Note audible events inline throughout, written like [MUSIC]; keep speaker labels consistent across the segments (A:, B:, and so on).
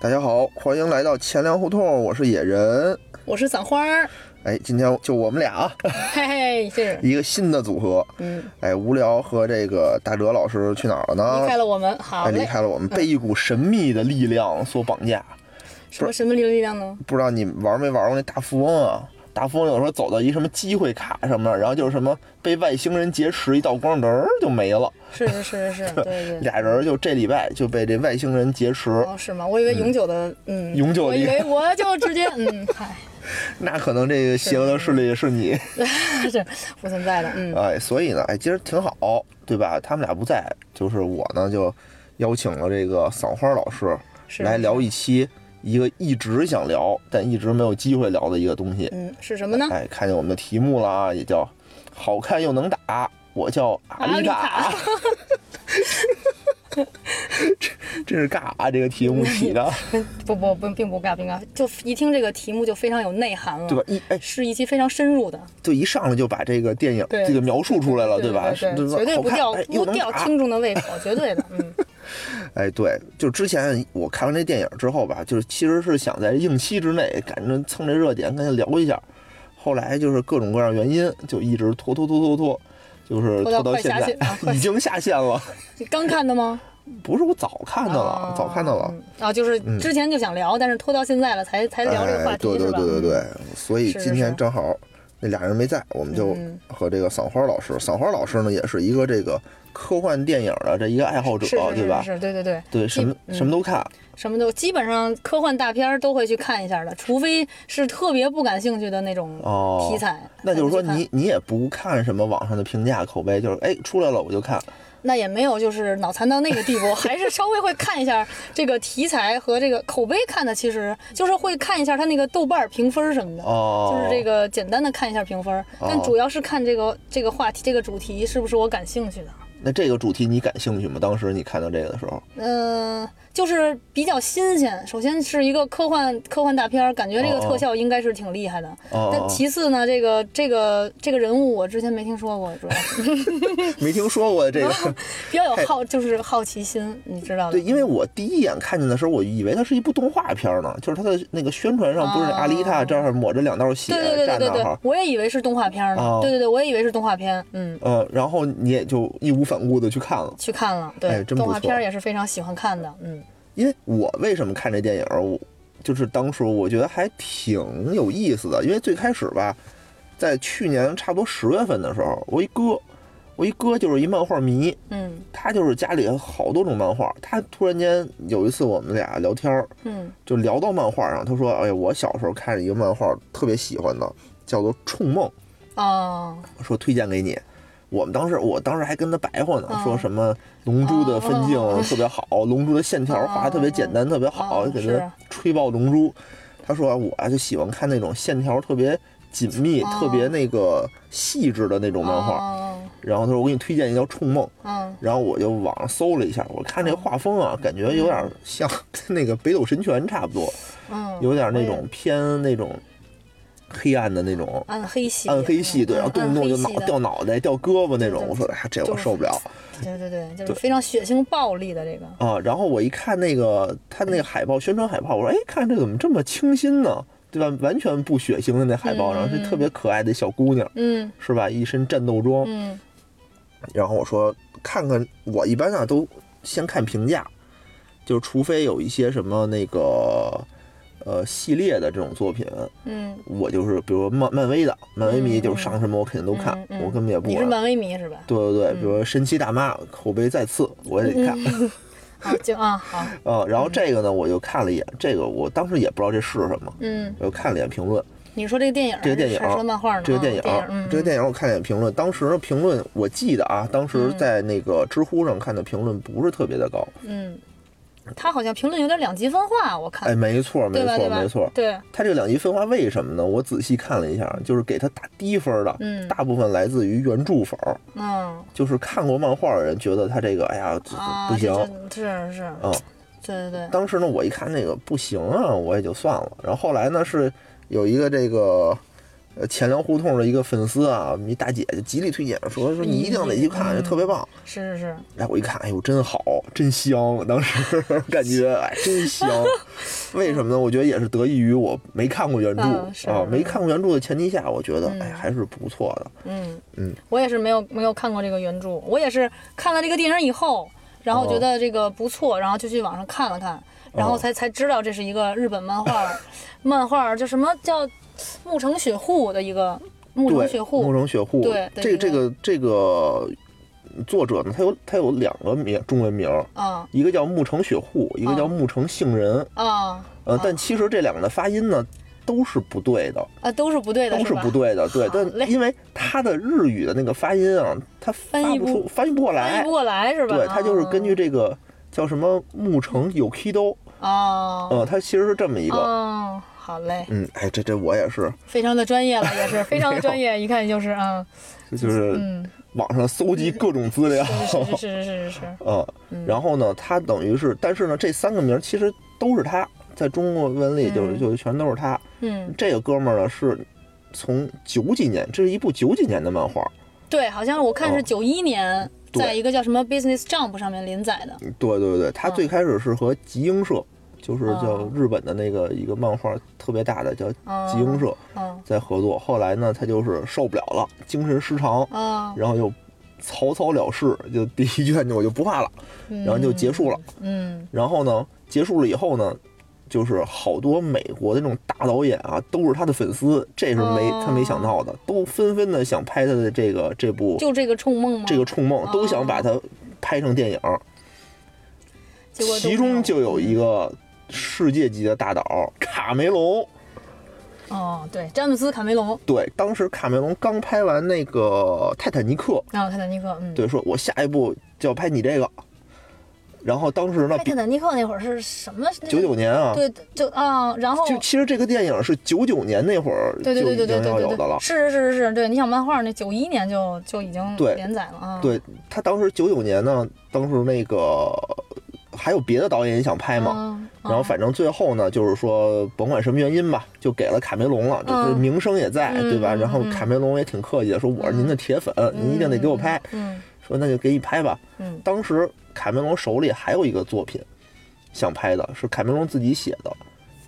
A: 大家好，欢迎来到钱粮胡同，我是野人。
B: 我是散花儿，
A: 哎，今天就我们俩
B: [LAUGHS]
A: 啊，
B: 嘿嘿，是，
A: 一个新的组合。
B: 嗯，
A: 哎，无聊和这个大哲老师去哪儿了
B: 离开
A: 呢？
B: 了嗯我们，好
A: 哎，离
B: 嘞，
A: 开了我们，被一股神秘的力量所绑架。
B: 什么什么力量呢？
A: 不知道你们玩没玩过那大富翁啊？大富翁有时候走到一什么机会卡上面，然后就是什么被外星人劫持，一道光人儿就没了。
B: 是
A: [LAUGHS]
B: 是是是是，对对。
A: 俩人就这礼拜就被这外星人劫持，
B: 哦，是吗？我以为永久的，嗯，
A: 永久
B: 我
A: 的
B: 以为我就直接，嗯， [LAUGHS] 嗨，
A: 那可能这个邪恶的势力是你。
B: 是不存在的，嗯，
A: 哎，所以呢，哎，今儿挺好，对吧？他们俩不在，就是我呢就邀请了这个散花老师
B: 是
A: 来聊，一期一个一直想聊但一直没有机会聊的一个东西。
B: 嗯，是什么呢？
A: 哎，看见我们的题目了啊，也叫好看又能打。我叫阿
B: 阿
A: 丽
B: 丽
A: 塔
B: 塔，
A: 真是尬啊！这个题目起
B: [LAUGHS]
A: 的，
B: 不不不，并不尬，并不尬，就一听这个题目就非常有内涵了，
A: 对吧？？一哎，
B: 是一期非常深入的，
A: 就一上来就把这个电影
B: 对
A: 这个描述出来了，
B: 对
A: 吧？是
B: 对，绝对
A: 好
B: 不
A: 看
B: 吊
A: 哎又
B: 不
A: 能
B: 吊
A: 打
B: 听众的胃口，绝对的，
A: [LAUGHS]
B: 嗯，
A: 哎，对，就之前我看完这电影之后吧，就是其实是想在映期之内赶着蹭这热点跟他聊一下，后来就是各种各样原因，就一直拖拖拖拖拖，就是
B: 拖
A: 拖
B: 到
A: 到
B: 快
A: 现
B: 下
A: 在
B: 线
A: [LAUGHS]
B: 了
A: 已经下线
B: [LAUGHS]
A: 了。
B: 你刚看的吗？
A: 不是我早看的了，早看到了。
B: 嗯啊，就是之前就想聊，但是拖到现在了才才聊这个话
A: 哎，
B: 题，
A: 对对
B: 是吧？
A: 对对对
B: 嗯，
A: 所以
B: 是是
A: 今天
B: 是
A: 正好那俩人没在，我们就
B: 嗯
A: 和这个散花老师，散花老师呢也是一个这个科幻电影的这一个爱好者，
B: 是是
A: 对
B: 是
A: 吧？
B: 是，嗯对对对
A: 对，什么、什么都看，
B: 什么都基本上科幻大片儿都会去看一下的，除非是特别不感兴趣的那种
A: 哦
B: 题材。
A: 那就是说
B: 才不去
A: 你你也不看什么网上的评价口碑，就是哎出来了我就看。
B: 看那也没有就是脑残到那个地步， [LAUGHS] 还是稍微会看一下这个题材和这个口碑看的，其实就是会看一下它那个豆瓣儿评分儿什么的。
A: 哦，
B: 就是这个简单的看一下评分儿，但
A: 哦主
B: 主要是看这个这个话题、这个主题是不是我感兴趣的。
A: 那这个主题你感兴趣吗？当时你看到这个的时候，
B: 嗯，就是比较新鲜。首先是一个科幻科幻大片儿，感觉这个特效应该是挺厉害的。但
A: 哦，
B: 其次呢，这个这个这个人物我之前没听说过，主要
A: [LAUGHS]
B: 是
A: 没听说过这个。
B: [LAUGHS] 比较有好就是好奇心，你知道的
A: 对，。因为我第一眼看见的时候，我以为它是一部动画片呢，就是它的那个宣传上不是
B: 哦
A: 阿丽塔这儿抹着两道血
B: 对对对对
A: 站
B: 对
A: 那
B: 对
A: 儿，，
B: 我也以为是动画片儿呢。
A: 哦
B: 对对对，我也以为是动画片，嗯，
A: 呃，然后你也就义无反顾的去看了。
B: 去看了。对，
A: 哎真不
B: 动画片
A: 错
B: 儿也是非常喜欢看的，嗯。
A: 因为我为什么看这电影儿，我就是当时我觉得还挺有意思的，因为最开始吧，在去年差不多十月份的时候，我一哥，我一哥就是一漫画迷，
B: 嗯
A: 他就是家里好多种漫画，他突然间有一次我们俩聊天儿，
B: 嗯，
A: 就聊到漫画上，他说：“哎呀，我小时候看一个漫画特别喜欢的，叫做《冲梦
B: 哦，》，
A: 说推荐给你。”我们当时，我当时还跟他白话呢，
B: 嗯
A: 说什么《龙珠》的分镜
B: 哦
A: 特别好，龙珠》的线条画得特别简单，特别好，
B: 哦
A: 给
B: 是
A: 他吹爆《龙珠》。他说啊我啊就喜欢看那种线条特别紧密、
B: 哦
A: 特别那个细致的那种漫画。
B: 哦，
A: 然后他说我给你推荐一个叫《冲梦》，
B: 嗯，
A: 然后我就网上搜了一下，我看
B: 哦
A: 这画风啊，感觉有点像那个《北斗神拳》差不多。
B: 嗯，
A: 有点
B: 我
A: 那
B: 也
A: 种偏那种黑暗的那种
B: 暗黑系，
A: 暗黑系，对，
B: 嗯
A: 然后动不动就脑，
B: 暗黑系的
A: 掉脑袋、掉胳膊那种
B: 对。对
A: 我说，哎呀，这我
B: 就是
A: 受不了
B: 对对对，就是
A: 对
B: 非常血腥暴力的这个，
A: 啊！然后我一看那个他那个海报宣传海报，我说，哎，看这怎么这么清新呢？对吧？完全不血腥的那海报，
B: 嗯
A: 然后是特别可爱的小姑娘，
B: 嗯
A: 是吧？一身战斗装。
B: 嗯
A: 然后我说，看看我一般啊都先看评价，就是除非有一些什么那个呃系列的这种作品，
B: 嗯，
A: 我就是比如漫漫威的，漫威迷就是上什么我肯定都看，
B: 嗯嗯
A: 我根本也不
B: 你是
A: 玩。
B: 漫威迷是吧？
A: 对对对，比如神奇大妈口碑再次，我也得看。 [LAUGHS]
B: 啊，就啊好，
A: 嗯，然后这个呢，我就看了一眼，这个我当时也不知道这是什么，
B: 嗯，
A: 我就看了一眼评论。
B: 你说这个电影儿，
A: 这个电影儿
B: 还是说漫画呢？
A: 这个
B: 啊
A: 电
B: 电
A: 影，
B: 嗯，
A: 这个电影我看了一眼评论，当时评论我记得啊，当时在那个知乎上看的评论不是特别的高。
B: 嗯，他好像评论有点两极分化，我看，
A: 哎，没错，没
B: 啊对吧？
A: 错，
B: 对吧？
A: 没错。
B: 对，
A: 它这个两极分化为什么呢？我仔细看了一下，就是给它打低分的，
B: 嗯
A: 大部分来自于原著粉儿。
B: 嗯
A: 就是看过漫画的人觉得他这个，哎呀，这
B: 啊，
A: 不行。
B: 这这是是，
A: 嗯，
B: 对对对，
A: 当时呢，我一看那个不行啊，我也就算了。然后后来呢，是有一个这个呃钱粮胡同的一个粉丝啊，我们一大姐就极力推荐，说说你一定得去看，特别棒。
B: 是是是，
A: 哎，我一看，哎呦，真好，真香！当时 [LAUGHS] 感觉哎，真香。为什么呢？我觉得也是得益于我没看过原著
B: 嗯是
A: 啊，没看过原著的前提下，我觉得哎还是不错的。
B: 嗯
A: 嗯，
B: 我也是没有没有看过这个原著，我也是看了这个电影以后，然
A: 哦
B: 后觉得这个不错，然后就去网上看了看，然后才才知道这是一个日本漫画，漫画叫什么叫木城雪户的一个木
A: 对，
B: 城雪户
A: 木，城雪户，
B: 对
A: 这个
B: 对
A: 这个这个作者呢，他有他有两个名中文名，
B: 啊
A: 一个叫木城雪户，一
B: 嗯
A: 个叫木城杏仁。
B: 啊
A: 呃，但其实这两个的发音呢都是不对的，
B: 啊，都是不对的，
A: 都
B: 是
A: 是
B: 吧
A: 不。对的。对，
B: 好嘞
A: 但因为它的日语的那个发音啊，它发
B: 翻译
A: 不
B: 不
A: 出，翻译不过
B: 翻译
A: 来
B: 不。过来嗯是吧？
A: 哎对，它就是根据这个叫什么木城有 kido，
B: 啊
A: 嗯，它其实是这么一个。
B: 嗯，好嘞，
A: 嗯，哎，这这我也是，
B: 非常的专业了，也是
A: 嗯
B: 非常的
A: [LAUGHS]
B: 专业，一看就是嗯
A: 就是
B: 嗯，
A: 网上搜集各种资料，
B: 是是是是是是是，
A: [LAUGHS] 嗯，然后呢，他等于是，但是呢，这三个名儿其实都是他，在中国文里就
B: 嗯
A: 就全都是他。
B: 嗯，
A: 这个哥们儿呢是从九几年，这是一部九几年的漫画，
B: 对，好像我看是
A: 哦
B: 九一年。
A: 对嗯
B: 在一个叫什么 Business Jump 上面连载的，
A: 对对对，他最开始是和集英社，就是叫
B: 哦
A: 日本的那个一个漫画特别大的叫集英社
B: 嗯
A: 在合作，后来呢他就是受不了了，精神失常，
B: 啊，
A: 然后就草草了事，就第一卷就我就不画了，
B: 然
A: 然后就结束了。
B: 嗯
A: 然后呢，结束了以后呢，就是好多美国的那种大导演啊，都是他的粉丝，这是没、
B: 哦
A: 他没想到的，都纷纷的想拍他的这个这部
B: 嗯，就这个冲梦吗？
A: 这个《冲梦》，都
B: 嗯
A: 想把它拍成电影。
B: 结果都
A: 其中就有
B: 没
A: 一个世界级的大导卡梅隆，
B: 哦，对，詹姆斯卡梅隆，
A: 对，当时卡梅隆刚拍完那个《泰坦尼克》，
B: 啊，泰坦尼克，嗯，
A: 对，说我下一步就要拍你这个。然后当时呢
B: 哎，，泰坦尼克那会儿是什么？那个
A: 九九年啊，
B: 对，就啊，然后
A: 就其实这个电影是九九年那会儿就
B: 对对对
A: 已
B: 对对
A: 经
B: 对
A: 要有
B: 对
A: 的了
B: 对，。是是是是是，对，你想漫画那九一年就就已经
A: 对
B: 连载了啊，
A: 对他当时九九年呢，当时那个还有别的导演也想拍嘛，
B: 嗯，
A: 然后反正最后呢，就是说甭管什么原因吧，就给了卡梅隆了，这这
B: 嗯
A: 名声也在，
B: 嗯
A: 对吧？
B: 嗯
A: 然后
B: 嗯
A: 卡梅隆也挺客气的，说我是您的铁粉，您一定得给我拍，
B: 嗯
A: 说那就给你拍吧。
B: 嗯
A: 当时卡梅隆手里还有一个作品想拍的，是卡梅隆自己写的，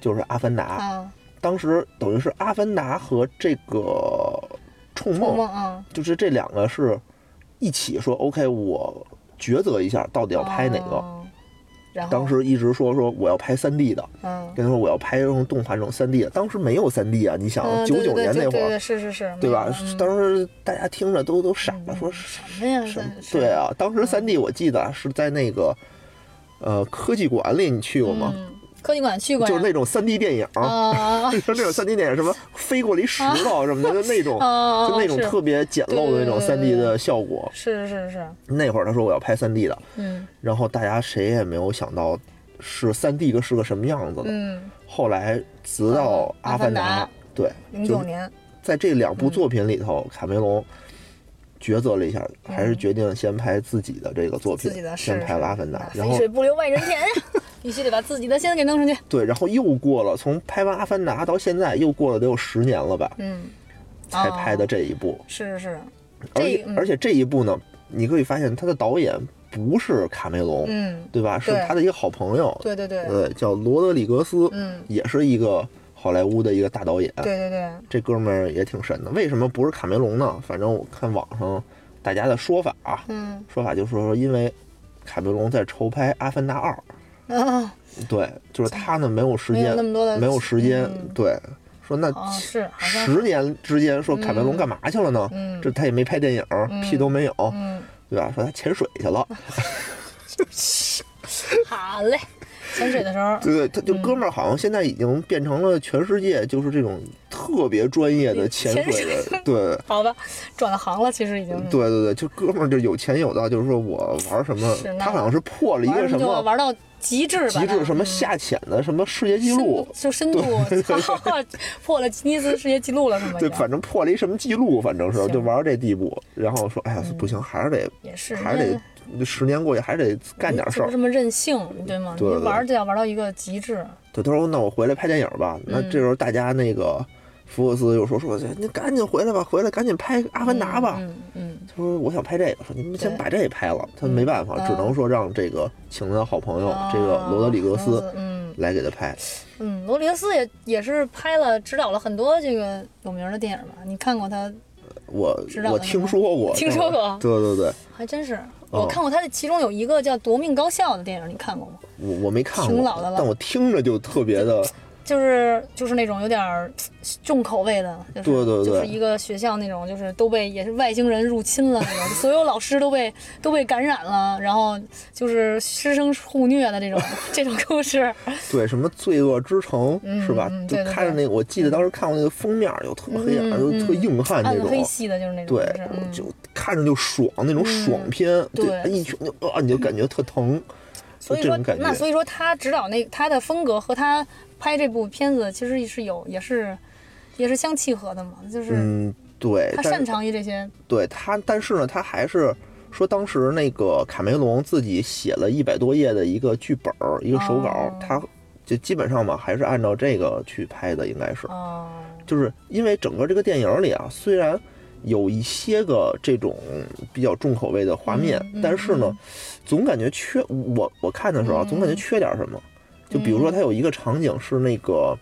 A: 就是《阿凡达》。
B: 啊，
A: 当时等于是《阿凡达》和这个《冲梦
B: 梦》梦啊，
A: 就是这两个是一起说 OK，我抉择一下到底要拍哪个。
B: 哦？然后
A: 当时一直说说我要拍三 D 的，
B: 嗯
A: 跟他说我要拍这种动画这种三 D 的，当时没有三 D 啊，你想
B: 嗯，
A: 九
B: 对
A: 九
B: 对
A: 年
B: 对
A: 那会
B: 对嗯
A: 儿，
B: 对是是是，
A: 对吧
B: 没有？
A: 当时大家听着都都傻了，
B: 嗯
A: 说
B: 什么呀？
A: 什么
B: 这？
A: 对，啊，当时三 D 我记得啊是在那个呃科技馆里，你去过吗？
B: 嗯，科技馆去过呀，
A: 就是那种三 D 电影，
B: 啊
A: 就是 [LAUGHS] 那种三 D 电影，
B: [LAUGHS]
A: 什么飞过了一石头什么的，就那种。
B: 啊，
A: 就那种
B: 哦是
A: 特别简陋的那种
B: 对对对
A: 三 D
B: 对
A: 的效果，
B: 是是是，
A: 那会儿他说我要拍三 D 的，
B: 嗯
A: 然后大家谁也没有想到是三 D 个是个什么样子的。
B: 嗯，
A: 后来直到《
B: 阿
A: 阿凡
B: 凡
A: 达》
B: 达嗯
A: 对，
B: 零
A: 就
B: 九
A: 是
B: 年，
A: 在这两部作品里头，卡梅隆抉择了一下，还是决定先拍自己的这个作品
B: 嗯自己，的
A: 先
B: 是
A: 拍了《阿凡达
B: 啊》。
A: 然
B: 肥
A: 后
B: 水不
A: [LAUGHS]
B: 流外人田呀，必须得把自己的先给弄上去。
A: 对，然后又过了，从拍完《阿凡达》到现在又过了得有十年了吧，
B: 嗯，啊
A: 才拍的这一部。
B: 是是是，
A: 而
B: 这
A: 且
B: 嗯
A: 而且这一部呢，你可以发现他的导演不是卡梅隆，
B: 嗯，
A: 对吧？是
B: 对
A: 他的一个好朋友，
B: 对对对，
A: 呃，叫罗德里格斯，
B: 嗯，
A: 也是一个好莱坞的一个大导演。
B: 对对对，
A: 这哥们儿也挺神的。为什么不是卡梅隆呢？反正我看网上大家的说法啊，
B: 嗯
A: 说法就是说，因为卡梅隆在筹拍《阿凡达二
B: 啊，》，
A: 对，就是他呢没有时
B: 没有
A: 间
B: 那，么多的，
A: 没有时间，
B: 嗯
A: 对，说那
B: 哦，是，好像是，
A: 十年之间，说卡梅隆干嘛去了呢？
B: 嗯
A: 这他也没拍电影，屁都没有，
B: 嗯，
A: 对吧？说他潜水去了，
B: 好嘞，潜水的时候，
A: 对对，他就
B: 嗯
A: 哥们儿好像现在已经变成了全世界就是这种特别专业的潜水的，对。
B: 好吧，转行了，其实已经是，
A: 对对对，就哥们儿就有钱有道，就是说我玩什么
B: 是，那
A: 他好像是破了一
B: 玩
A: 个
B: 儿
A: 什
B: 就
A: 么
B: 玩到极致
A: 极
B: 吧，
A: 致
B: 那嗯
A: 什么下潜的什么世界纪
B: 深
A: 录
B: 度，就深度，哈哈， [LAUGHS] 破了吉尼斯世界纪录了，是吗？
A: 对，
B: 也
A: 反正破了一什么记录，反正是
B: 行嗯
A: 就玩到这地步，然后说哎呀不行，还是得
B: 也是，
A: 还是得十年过去，还是得干点事
B: 嗯就
A: 儿
B: 这。么任性，对吗？
A: 对对
B: 你玩儿就要玩到一个极致，嗯
A: 对，他说那我回来拍电影吧。那这时候大家那个福克斯又说说，你赶紧回来吧，回来赶紧拍《阿凡达》吧。
B: 嗯嗯，
A: 他说我想拍这个，说你们先
B: 对
A: 把这个拍了。他没办法，
B: 嗯
A: 只能说让这个请的好朋友、
B: 哦
A: 这个罗德里格斯
B: 罗德里嗯
A: 来给他拍。
B: 嗯，罗德里格斯也也是拍了指导了很多这个有名的电影吧？你看过他？
A: 我
B: 知道
A: 我
B: 了
A: 听说过，
B: 听说过
A: 但我对对对，
B: 还真是，
A: 哦
B: 我看过他的其中有一个叫《夺命高校》的电影，你看过吗？
A: 我我没看
B: 挺
A: 过
B: 老的，了
A: 但我听着就特别
B: [LAUGHS]
A: 的，
B: 就是就是那种有点儿嘖重口味的，就是
A: 对对对
B: 就是一个学校那种，就是都被也是外星人入侵了那
A: [LAUGHS]
B: 种，所有老师都被都被感染了，然后就是师生互虐的这
A: [LAUGHS]
B: 种这种故事。
A: 对什么罪恶之城
B: 嗯
A: 是吧
B: 嗯？
A: 就
B: 对对
A: 看着那个，我记得当时看过那个封面，就特黑暗，
B: 嗯
A: 就
B: 嗯
A: 特硬汉那
B: 暗黑
A: 种。
B: 系的就是那种，
A: 对
B: 就是，嗯，
A: 就看着就爽那种爽片，
B: 对
A: 一拳就啊，你就感觉特疼，
B: 所以
A: 就这
B: 说
A: 种感
B: 那所
A: 觉。
B: 以说他指导那他的风格和他拍这部片子其实是有也是也是相契合的嘛，就是
A: 嗯，对，
B: 他
A: 但
B: 擅长于这些，
A: 对他，但是呢，他还是说当时那个卡梅隆自己写了一百多页的一个剧本儿，一个手稿儿
B: 哦，
A: 他就基本上吧，还是按照这个去拍的，应该是，
B: 哦，
A: 就是因为整个这个电影里啊，虽然有一些个这种比较重口味的画面，
B: 嗯嗯
A: 但是呢，总感觉缺我我看的时候啊，
B: 嗯
A: 总感觉缺点什么，就比如说他有一个场景是那个。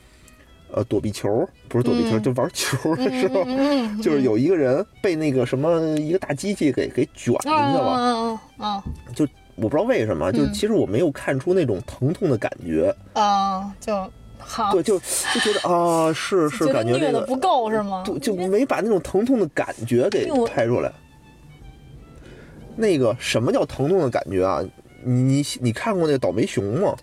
A: 呃，躲避球不是躲避球，
B: 嗯
A: 就玩球的时候，
B: 嗯嗯嗯
A: 就是有一个人被那个什么一个大机器给给卷进去了，
B: 嗯嗯嗯
A: 我不知道为什么，就
B: 嗯
A: 其实我没有看出那种疼痛的感觉，
B: 嗯啊，就好，
A: 对，就就觉得啊，是
B: 觉
A: 是
B: 得
A: 感觉
B: 虐
A: 这
B: 的不
A: 个，
B: 够是吗？
A: 就就没把那种疼痛的感觉给
B: 因为我
A: 拍出来。那个什么叫疼痛的感觉啊？你你你看过那个倒霉熊吗？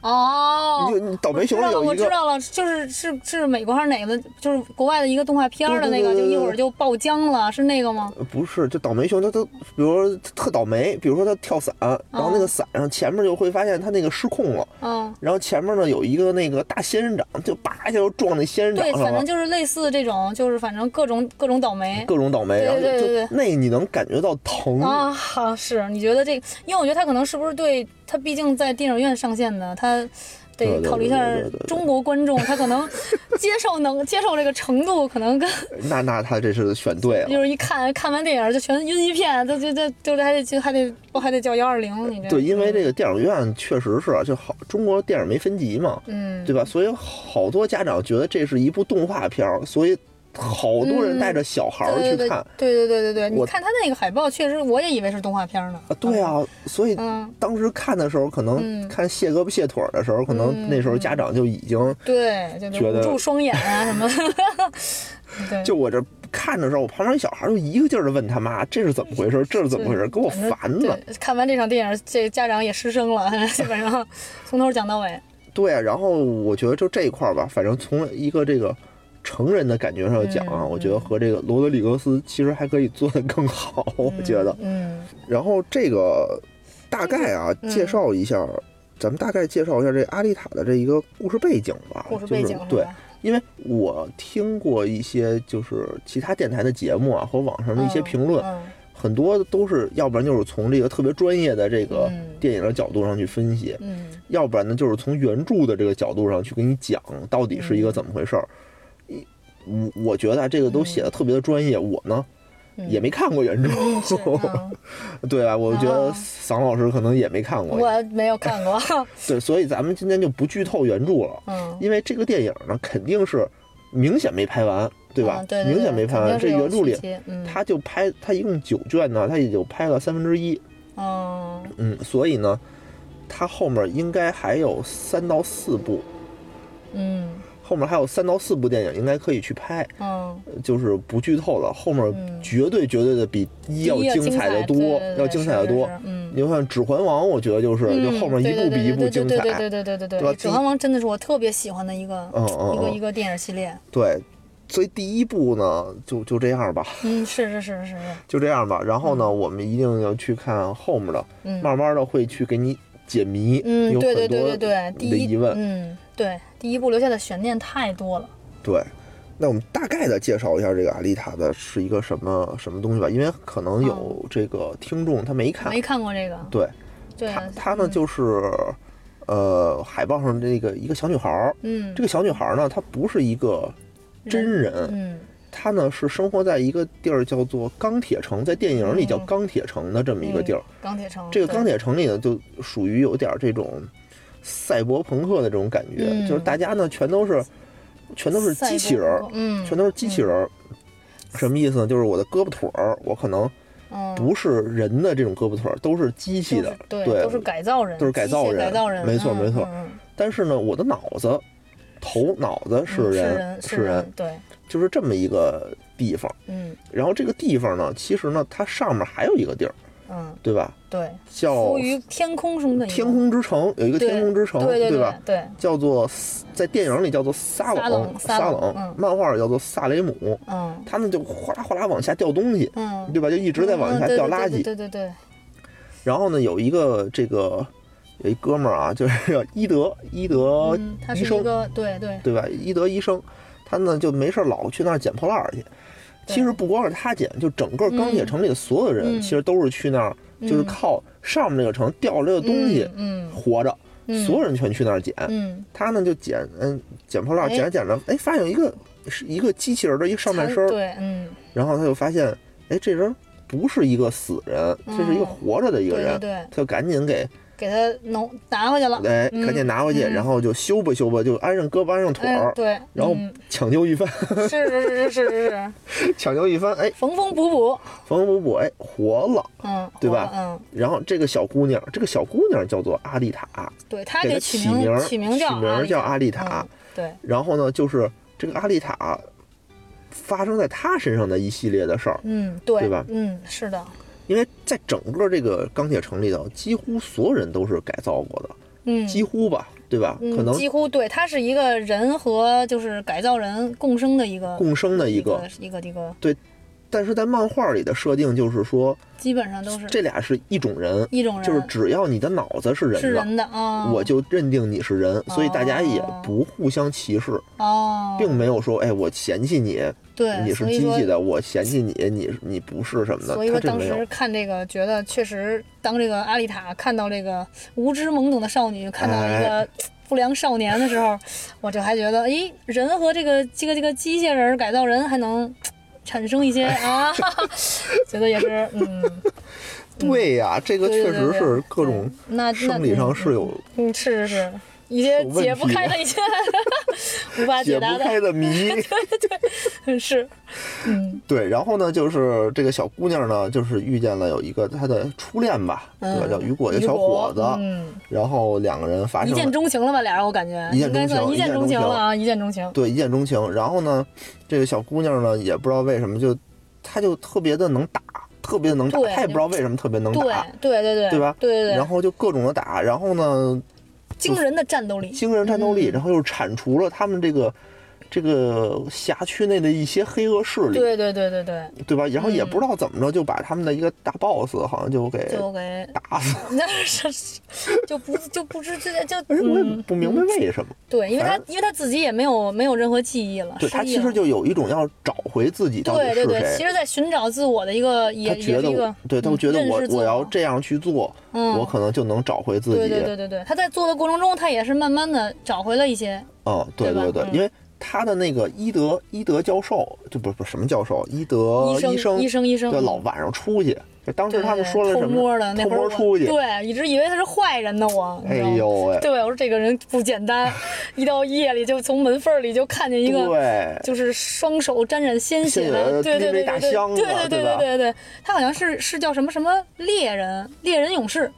B: 哦
A: 你。就你倒霉熊
B: 我知道了，
A: 有
B: 我
A: 一
B: 知
A: 个
B: 道了，就是是是美国还是哪个的，就是国外的一个动画片儿的那个，
A: 对对
B: 就
A: 对
B: 一会儿就爆浆了，是那个吗？
A: 呃不是，就倒霉熊，它都，比如说它特倒霉，比如说它跳伞，然
B: 哦
A: 后那个伞上前面就会发现它那个失控了，
B: 嗯，
A: 然后前面呢有一个那个大仙人掌，就叭一下就撞那仙人掌
B: 对，
A: 上
B: 反
A: 了
B: 正，就是类似这种，就是反正各种各种倒霉
A: 各种倒霉，
B: 对
A: 然后
B: 对对
A: 就
B: 对
A: 就那你能感觉到疼，
B: 啊。好，是你觉得这个，因为我觉得他可能是不是对他，毕竟在电影院上线的，他得
A: 对对
B: 考虑一下
A: 对对对对
B: 中国观众，他可能接受能接受这个程度，可能跟
A: 那那他这是选对了
B: 就。是一看看完电影就全晕一片，都就就就还得就还得不还得叫幺二零，你这
A: 对，因为这个电影院确实是啊就好，中国电影没分级嘛，
B: 嗯
A: 对吧？所以好多家长觉得这是一部动画片儿，所以好多人带着小孩儿
B: 对对
A: 去
B: 对
A: 看。啊
B: 对对对对对，你
A: 我
B: 看他那个海报，确实我也以为是动画片呢
A: 啊，。对啊，所以
B: 嗯，
A: 当时看的时候，可能
B: 嗯
A: 看卸胳膊卸腿儿的时候，可能那时候家长就已经
B: 对，就
A: 觉
B: 是
A: 得
B: 捂住双眼啊什
A: [LAUGHS]
B: 么。对，
A: 就我这看的时候，我旁边一小孩就一个劲儿的问他妈：“这是怎么回事？这是怎么回事？”给我烦的。
B: 对，看完这场电影，这家长也失声了， [LAUGHS] 基本上从头讲到尾。
A: 对啊，然后我觉得就这一块儿吧，反正从一个这个成人的感觉上讲啊，
B: 嗯
A: 我觉得和这个罗德里格斯其实还可以做得更好，我觉得。
B: 嗯，
A: 然后这个大概啊，
B: 嗯
A: 介绍一下，咱们大概介绍一下这阿丽塔的这一个故事背景吧。
B: 故事背景
A: 啊就是是对，
B: 吧？
A: 因为我听过一些就是其他电台的节目啊，和网上的一些
B: 嗯
A: 评论，
B: 嗯
A: 很多都是要不然就是从这个特别专业的这个
B: 嗯
A: 电影的角度上去分析， [LAUGHS]
B: 嗯
A: 要不然呢就是从原著的这个角度上去给你讲到底是一个怎么回事儿。
B: 嗯
A: 一我我觉得啊这个都写的特别的专业，我呢
B: 嗯，
A: 也没看过原著，[LAUGHS]
B: 嗯是嗯
A: 对吧？我觉得
B: 哦
A: 桑老师可能也没看过，
B: 我没有看过。
A: 对，所以咱们今天就不剧透原著了，
B: 嗯，
A: 因为这个电影呢肯定是明显没拍完，对吧
B: 嗯？对对
A: 明显
B: 对
A: 没拍
B: 肯定
A: 完，
B: 是
A: 这
B: 有
A: 原著里
B: 细节嗯
A: 他就拍，他一共九卷呢，他也就拍了三分之一。
B: 嗯
A: 嗯，所以呢，它后面应该还有三到四部，
B: 嗯
A: 后面还有三到四部电影应该可以去拍，
B: 嗯，
A: 就是不剧透了。后面
B: 嗯
A: 绝对绝对的比一要
B: 第一要
A: 精彩的多，
B: 对对对
A: 要精彩的多
B: 是。是是嗯。
A: 你看《指环王》，我觉得就是、
B: 嗯
A: 就后面一部比一部精
B: 对
A: 彩
B: 对对。对对对对
A: 对吧
B: 对，指环王真的是我特别喜欢的一个
A: 嗯嗯
B: 一个一
A: 嗯，
B: 个电影系列。
A: 对。所以第一部呢，就就这样吧，
B: 嗯，是是是是是，
A: 就这样吧。然后呢，我们一定要去看后面的，
B: 嗯
A: 慢慢的会去给你解谜，
B: 嗯，
A: 有
B: 对
A: 很
B: 对对
A: 多
B: 对对，第
A: 你的
B: 一
A: 疑问。
B: 嗯，对，第一部留下的悬念太多了。
A: 对，那我们大概的介绍一下这个阿丽塔的是一个什么什么东西吧，因为可能有这个听众他没看，
B: 哦没看过这个，
A: 对
B: 对，嗯
A: 他他呢就是，呃，海报上这个一个小女孩儿，
B: 嗯
A: 这个小女孩儿呢她不是一个真人，
B: 嗯
A: 他呢是生活在一个地儿叫做钢铁城，在电影里叫
B: 嗯
A: 钢铁城的这么一个地儿。
B: 嗯钢铁城，
A: 这个
B: 对
A: 钢铁城里呢，就属于有点这种赛博朋克的这种感觉，
B: 嗯
A: 就是大家呢全都是全都是
B: 赛
A: 机
B: 博
A: 器人
B: 朋
A: 儿
B: 克，嗯，
A: 全都是机器人儿。什么意思呢？就是我的胳膊腿儿，我可能
B: 嗯
A: 不是人的这种胳膊腿儿，都是机器的
B: 都是，对，
A: 对
B: 都是改造人，
A: 都是改
B: 机
A: 造
B: 械
A: 人
B: 改造人，
A: 没错
B: 嗯
A: 没错
B: 嗯嗯
A: 但是呢，我的脑子、头脑子是
B: 嗯
A: 人，
B: 是
A: 是
B: 人，对，
A: 就是这么一个地方。
B: 嗯
A: 然后这个地方呢，其实呢，它上面还有一个地儿，
B: 嗯，
A: 对吧？
B: 对，
A: 叫
B: 浮于天空中的一个
A: 天，空之城，有一个
B: 对
A: 天空之城，
B: 对对
A: 吧？
B: 对，
A: 叫做斯在电影里叫做撒
B: 撒
A: 冷，
B: 冷撒
A: 撒
B: 冷
A: 冷
B: 嗯，
A: 漫画里叫做萨雷姆，
B: 嗯
A: 他们就哗啦哗啦往下掉东西，
B: 嗯，
A: 对吧？就一直在往
B: 嗯
A: 下
B: 对
A: 掉
B: 对
A: 垃
B: 对
A: 圾。
B: 对对对，
A: 然后呢，有一个这个有一哥们儿啊， [LAUGHS] 就是叫伊德伊德
B: 嗯，他
A: 医
B: 是
A: 生
B: 一个对对
A: 对吧？伊德医生，他呢就没事儿老去那儿捡破烂儿去。
B: 对
A: 其实不光是他捡，就整个钢铁城里的所有人，
B: 嗯
A: 其实都是去那儿，就是靠上面那个城掉这个东西
B: 嗯，
A: 活着，
B: 嗯
A: 所有人全去那儿捡。
B: 嗯，
A: 他呢就捡，嗯，捡破烂儿，
B: 哎
A: 捡着捡着，哎，发现一个是一个机器人的一个上半
B: 他
A: 身儿，
B: 对，嗯，
A: 然后他就发现，哎，这人不是一个死人，这是一个
B: 嗯
A: 活着的一个
B: 对
A: 人
B: 对，对，
A: 他就赶紧给
B: 给他弄拿回去了，
A: 哎，
B: 嗯
A: 赶紧拿回去，
B: 嗯
A: 然后就修吧修吧，就安上胳膊安上腿
B: 哎
A: 儿，
B: 对，
A: 然后
B: 嗯
A: 抢救一番， [LAUGHS]
B: 是是是是是是，
A: 抢救一番，哎，
B: 缝缝补补，
A: 缝缝补补，哎，活了。
B: 嗯，
A: 对
B: 活
A: 吧
B: 了嗯，
A: 然后这个小姑娘，这个小姑娘叫做阿丽塔，
B: 对他
A: 给
B: 给
A: 她
B: 取
A: 起名儿
B: 名取名叫
A: 取名儿叫阿丽塔
B: 塔，嗯对，
A: 然后呢，就是这个阿丽塔发生在她身上的一系列的事儿，
B: 嗯，对，
A: 对吧
B: 嗯，是的，
A: 因为在整个这个钢铁城里头，几乎所有人都是改造过的，
B: 嗯，
A: 几乎吧，对吧？
B: 嗯
A: 可能
B: 几乎对，他是一个人和就是改造人共生的一个
A: 共生的一
B: 一
A: 个，
B: 一个一个，
A: 但是在漫画里的设定就是说，
B: 基本上都是
A: 这俩是一种人，
B: 嗯一种人，
A: 就是只要你的脑子是
B: 是
A: 人的，
B: 人的啊，
A: 我就认定你是人，所以大家也不互相歧视，
B: 哦，
A: 并没有说哎我嫌弃你，
B: 对，
A: 你是
B: 所以
A: 机
B: 说
A: 器的，我嫌弃你，你你不是什么的
B: 所以，说
A: 他这
B: 当
A: 没有
B: 时。看这个，觉得确实，当这个阿丽塔看到这个无知懵懂的少女看到一个
A: 哎
B: 不良少年的时候，我就还觉得，诶，人和这个这个这个机械人儿改造人还能产生一些啊， [LAUGHS] 觉得也是，嗯，
A: 对呀、这个
B: 对
A: 确
B: 对
A: 实
B: 对
A: 是各
B: 对
A: 种
B: 那
A: 生理上是，有
B: 那嗯嗯，是是是，一些
A: 有问
B: 解不
A: 题
B: 开
A: 的
B: 的一
A: [LAUGHS]
B: 些无法
A: 解
B: 解
A: 不
B: 答的，
A: 开的谜。
B: 是，嗯
A: 对，然后呢，就是这个小姑娘呢，就是遇见了有一个她的初恋吧，对吧？
B: 嗯，
A: 叫雨果，一
B: 雨
A: 个小伙
B: 果
A: 子，
B: 嗯。
A: 然后两个人发
B: 一
A: 生
B: 见
A: 了
B: 钟情了吧？俩人我感觉
A: 一见
B: 应该
A: 钟
B: 算
A: 情
B: 一见钟情了啊，一见钟情。
A: 对一见钟情。然后呢，这个小姑娘呢，也不知道为什么就，她就特别的能打，特别的能打，
B: 对
A: 她也不知道为什么特别能
B: 对
A: 打，
B: 对对对，
A: 对吧
B: 对对
A: 然后就各种的打，然后呢，
B: 惊人的战斗力。
A: 惊人战斗
B: 嗯
A: 力，然后又铲除了他们这个。这个辖区内的一些黑恶势力，
B: 对嗯对对对对，
A: 对吧？然后也不知道怎么着，就把他们的一个大 boss 好像就给
B: 就给
A: [LAUGHS] 打死了。
B: 那是就不就不知就就
A: 而且哎我也
B: 嗯，
A: 不明白为什么，
B: 对，因为
A: 反
B: 他
A: 正
B: 因为他自己也没有没有任何记忆了，
A: 对他
B: 失忆
A: 其
B: 了
A: 实就有一种要找回自己到底
B: 对对
A: 是
B: 对，其
A: 谁。
B: 实，在寻找自我的一个
A: 他
B: 也
A: 觉
B: 也是
A: 得
B: 一个
A: 我，，对他觉得
B: 嗯
A: 我
B: 认识自
A: 我
B: 我
A: 要这样去做，
B: 嗯
A: 我可能就能找回自
B: 对
A: 己
B: 对。对对对，他在做的过程中，他也是慢慢的找回了一些，
A: 嗯，对
B: 对吧
A: 对对，
B: 嗯
A: 因为他的那个伊德伊德教授，就不是不是什么教授，伊德
B: 医生
A: 呃生
B: 医生医生
A: 对，老晚上出去，就当时
B: 对
A: 他们说了
B: 偷
A: 什么
B: 摸的那
A: 偷
B: 会儿
A: 摸
B: 我
A: 出去，
B: 对，一直以为他是坏人呢，我，你
A: 哎
B: 知道吗
A: 呦喂，
B: 对，我说这个人不简单，一到夜里就从门缝儿里就看见一个，
A: 对，
B: 就是双手沾染鲜血
A: 鲜
B: 的，
A: 血拎着
B: 对对对
A: 一大
B: 对对，
A: 箱子
B: 对对
A: 对
B: 对
A: 吧
B: 对对对，他好像是是叫什么什么猎人，猎人勇士，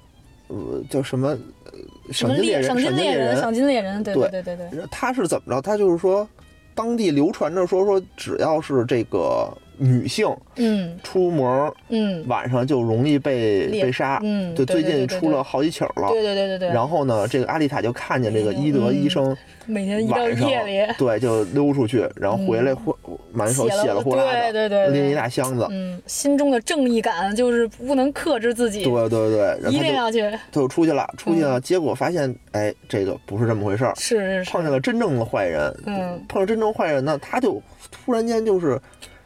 A: 呃，叫什么呃
B: 什
A: 赏
B: 么
A: 金猎人，
B: 猎，赏
A: 赏
B: 金猎
A: 人，
B: 赏金猎人，对
A: 对
B: 对对对，
A: 他是怎么着？他就是说，当地流传着说说，只要是这个女性
B: 嗯
A: 出门
B: 嗯
A: 晚上就容易被
B: 猎
A: 被杀。
B: 嗯，
A: 对，最
B: 对
A: 近出了，好几起儿了。
B: 对对对对对对对，
A: 然后呢，这个阿丽塔就看见这个伊德医生
B: 每天嗯一到
A: 晚上、
B: 夜里，
A: 对就溜出去，然后回来呼满手
B: 血了
A: 血了呼啦的，
B: 对对对对
A: 拎一大箱子。
B: 嗯，心中的正义感就是不能克制自己，
A: 对对对，然后
B: 一
A: 他
B: 定
A: 就
B: 要去，
A: 他就出去了，出去了，结果发现，哎，这个不是这么回事儿，
B: 是是是，
A: 碰见了真正的坏人。
B: 嗯，
A: 碰上真正坏人呢，他就突然间就是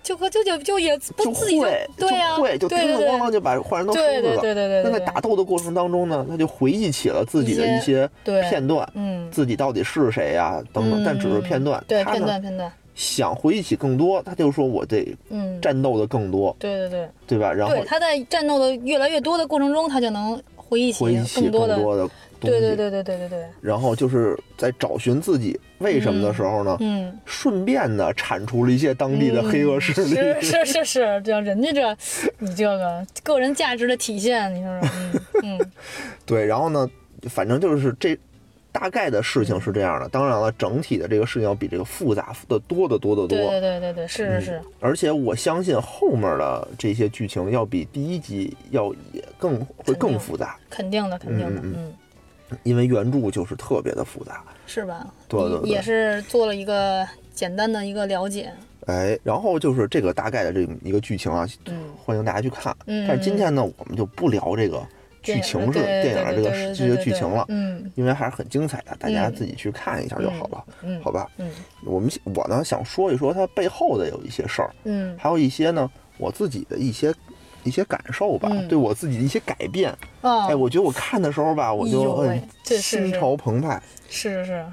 B: 就可就就就也
A: 就
B: 不自己就
A: 会就
B: 对呀，
A: 会就叮
B: 对对
A: 叮咣
B: 对
A: 咣就把坏人都收
B: 对
A: 拾
B: 对
A: 了。
B: 对对对对，
A: 但在
B: 对
A: 打斗的过程当中呢，他就回忆起了自己的一
B: 一
A: 些
B: 对
A: 片段，
B: 嗯，
A: 自己到底是谁呀、等等，
B: 嗯
A: 但只是片段。
B: 对
A: 他
B: 片
A: 呢
B: 段片段，
A: 想回忆起更多，他就说我得
B: 嗯，
A: 战斗的更多，
B: 对对对，
A: 对吧？然后
B: 对，他在战斗的越来越多的过程中，他就能回忆起
A: 回忆起
B: 更
A: 更多
B: 的，
A: 的东
B: 对
A: 西，
B: 对对对对对对，
A: 然后就是在找寻自己为什么的时候呢， [LAUGHS]
B: 嗯，
A: 顺便呢铲除了一些当地的黑恶势力。
B: 嗯是是是是，这人家这你这个个人价值的体现，你说说，嗯嗯，
A: [LAUGHS] 对，然后呢，反正就是这大概的事情是这样的。当然了，整体的这个事情要比这个复杂的多得多得多。嗯
B: 对对对对对，是是是，
A: 而且我相信后面的这些剧情要比第一集要也更会更复杂，
B: 肯定的肯定的，
A: 嗯
B: 嗯，
A: 因为原著就是特别的复杂。
B: 是吧？
A: 对对对
B: 也是做了一个简单的一个了解，
A: 哎，然后就是这个大概的这么一个剧情啊，
B: 嗯，
A: 欢迎大家去看。
B: 嗯
A: 但是今天呢，我们就不聊这个剧情是
B: 对
A: 电影的这
B: 对对
A: 个
B: 对对
A: 这
B: 对
A: 些
B: 对
A: 剧情了，
B: 嗯
A: 因为还是很精彩的，大家
B: 嗯
A: 自己去看一下就好了，
B: 嗯，
A: 好吧？
B: 嗯
A: 我们我呢想说一说它背后的有一些事儿，
B: 嗯
A: 还有一些呢我自己的一些一些感受吧，
B: 嗯
A: 对我自己的一些改变。
B: 哦，
A: 哎，我觉得我看的时候吧，我
B: 哎
A: 就
B: 呦喂
A: 嗯
B: 这是
A: 心
B: 是
A: 潮澎湃。
B: 是是是，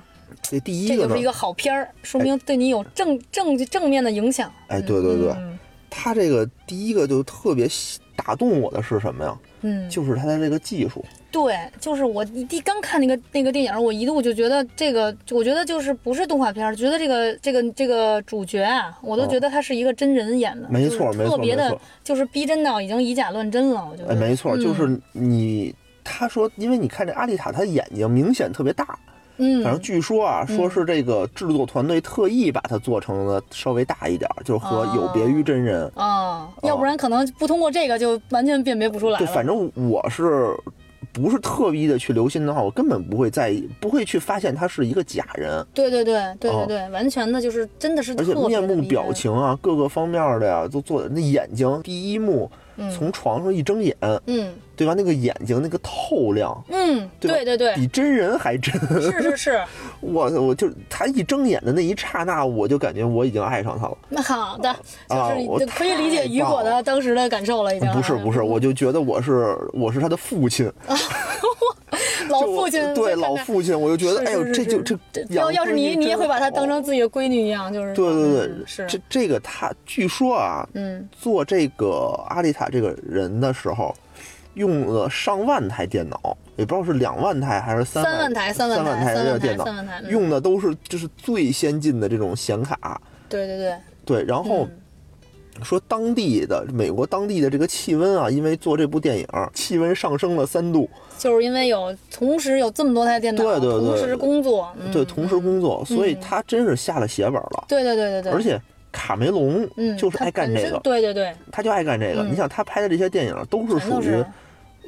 A: 这第
B: 这
A: 一个
B: 就
A: 呢
B: 是一，个好片儿，说明对你有正正正面的影响。
A: 哎，对对对，
B: 嗯
A: 他这个第一个就特别吸打动我的是什么呀？
B: 嗯，
A: 就是他的这个技术，
B: 对，就是我一第刚看那个那个电影儿，我一度就觉得这个，我觉得就是不是动画片儿，觉得这个这个这个主角啊，我都
A: 哦
B: 觉得他是一个真人演的，
A: 没
B: 就是
A: 错没
B: 特
A: 错
B: 别
A: 没
B: 的
A: 错，
B: 就是逼真到已经以假乱真了，我觉
A: 哎，
B: 得。
A: 没错，就
B: 嗯
A: 是你。他说：“因为你看这阿丽塔，她眼睛明显特别大，
B: 嗯，
A: 反正据说啊，说是这个制作团队特意把它做成了稍微大一点儿，就是和有别
B: 哦
A: 于真人。
B: 啊，要不然可能不通过这个就完全辨别不出来
A: 哦对，
B: 了。
A: 反正我是不是特意的去留心的话，我根本不会在意，不会去发现他是一个假人，
B: 对对对对对
A: 哦
B: 对，完全的就是真的是
A: 而且
B: 特别
A: 面
B: 的
A: 目
B: 逼
A: 表
B: 真，
A: 情啊，各个方面的呀，都做的那眼睛，第一幕
B: 嗯
A: 从床上一睁眼，
B: 嗯
A: 对吧？那个眼睛那个透亮。
B: 嗯，
A: 对吧
B: 对对对，
A: 比真人还真，
B: [LAUGHS]
A: [LAUGHS]
B: 是是是，
A: 我我就他一睁眼的那一刹那，我就感觉我已经爱上他了。
B: 那好的，
A: 啊
B: 就
A: 我
B: 是可以理解
A: 太
B: 雨果
A: 棒
B: 的
A: 了
B: 当时的感受了，已经啊
A: 不是
B: 好像
A: 不是，我就觉得我是我是他的父亲，
B: 老
A: 就我
B: 哦父亲
A: 对
B: 就
A: 老
B: 看着
A: 父亲，我就觉得哎
B: 是
A: 呦，
B: 是
A: 这
B: 是
A: 就这
B: 要
A: 养
B: 要是
A: 闺
B: 你，
A: 女
B: 你也
A: 真
B: 会把她当
A: 好
B: 成自己的闺女一样，就是
A: 对对
B: 嗯
A: 对，这
B: 是
A: 这个他据说啊，
B: 嗯
A: 做这个阿丽塔这个人的时候，用了上万台电脑，也不知道是两万台还是三
B: 三万台三万
A: 万
B: 台
A: 台
B: 三万
A: 的
B: 台
A: 电脑
B: 三万台，嗯
A: 用的都是就是最先进的这种显卡。
B: 对对对，
A: 对，然后
B: 嗯
A: 说当地的美国当地的这个气温啊，因为做这部电影，气温上升了三度。
B: 就是因为有同时有这么多台电脑，
A: 对对对
B: 同时工作，嗯
A: 对，同时工作，所以他真是下了血本了。
B: 对对对对对，
A: 而且卡梅隆
B: 嗯，
A: 就是
B: 他
A: 爱干
B: 本
A: 这
B: 身
A: 个，
B: 对对对，
A: 他就爱干这个。
B: 嗯
A: 你想，他拍的这些电影都是
B: 全都
A: 属
B: 是
A: 于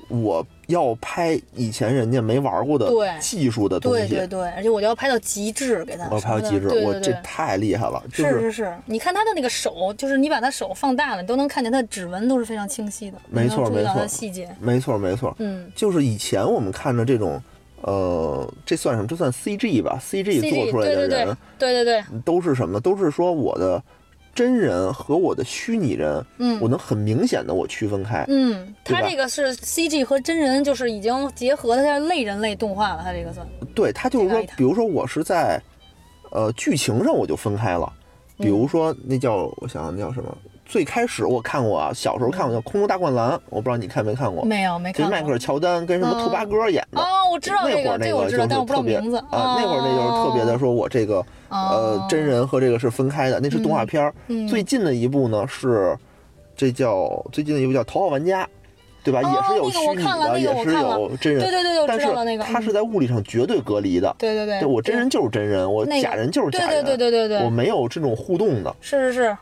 A: 我要拍以前人家没玩过的
B: 对
A: 技术的东
B: 对
A: 西
B: 对，对，而且我就要拍到极致给他，
A: 我拍到极致，
B: 对
A: 我
B: 对
A: 这
B: 对。
A: 太厉害了，就是
B: 是是，你看他的那个手，就是你把他手放大了，你都能看见他的指纹都是非常清晰的，你
A: 没错
B: 能注意
A: 没
B: 到他的
A: 错
B: 细节。
A: 没错没错，
B: 嗯
A: 就是以前我们看的这种，呃，这算什么？这算 CG 吧，CG 做
B: ，CG
A: 出来
B: 对
A: 的
B: 对对
A: 人嗯
B: 对对对，
A: 都是什么？都是说我的真人和我的虚拟人，
B: 嗯
A: 我能很明显的我区分开。
B: 嗯，
A: 对
B: 它
A: 吧
B: 这个是 CG 和真人，就是已经结合了它类人类动画了，它这个算。
A: 对，他就是
B: 这个
A: 说
B: 一套，
A: 比如说我是在，呃，剧情上我就分开了，
B: 嗯
A: 比如说那叫我想想那叫什么，最开始我看过啊，小时候看过叫《空中大灌篮》，我不知道你看没看过，
B: 没有，没
A: 这
B: 看
A: 迈克
B: 过
A: 尔。乔丹跟什么
B: 嗯
A: 兔八哥演的。
B: 哦，我知道
A: 那
B: 这
A: 会儿
B: 个，
A: 那
B: 这我知道，但
A: 就
B: 我
A: 是
B: 不知道
A: 特别
B: 名字嗯
A: 啊，那会儿那就是特别的，说我这个呃
B: 哦
A: 真人和这个是分开的，那是动画片儿。
B: 嗯
A: 最近的一部呢是，这叫最近的一部叫《头号玩家》，对吧？
B: 哦
A: 也是有
B: 那个
A: 虚
B: 我
A: 拟
B: 看了
A: 的，
B: 那个
A: 也
B: 我
A: 是
B: 看了
A: 有真人，
B: 对对对，我
A: 但
B: 知
A: 是
B: 道了那个。
A: 它
B: 嗯
A: 是在物理上绝对隔离的。
B: 对对对，
A: 对我
B: 对
A: 真人就是真人，我
B: 那个
A: 假人就是
B: 对
A: 假
B: 对
A: 人，
B: 对对对对，
A: 我没有这种互动的，
B: 是是是，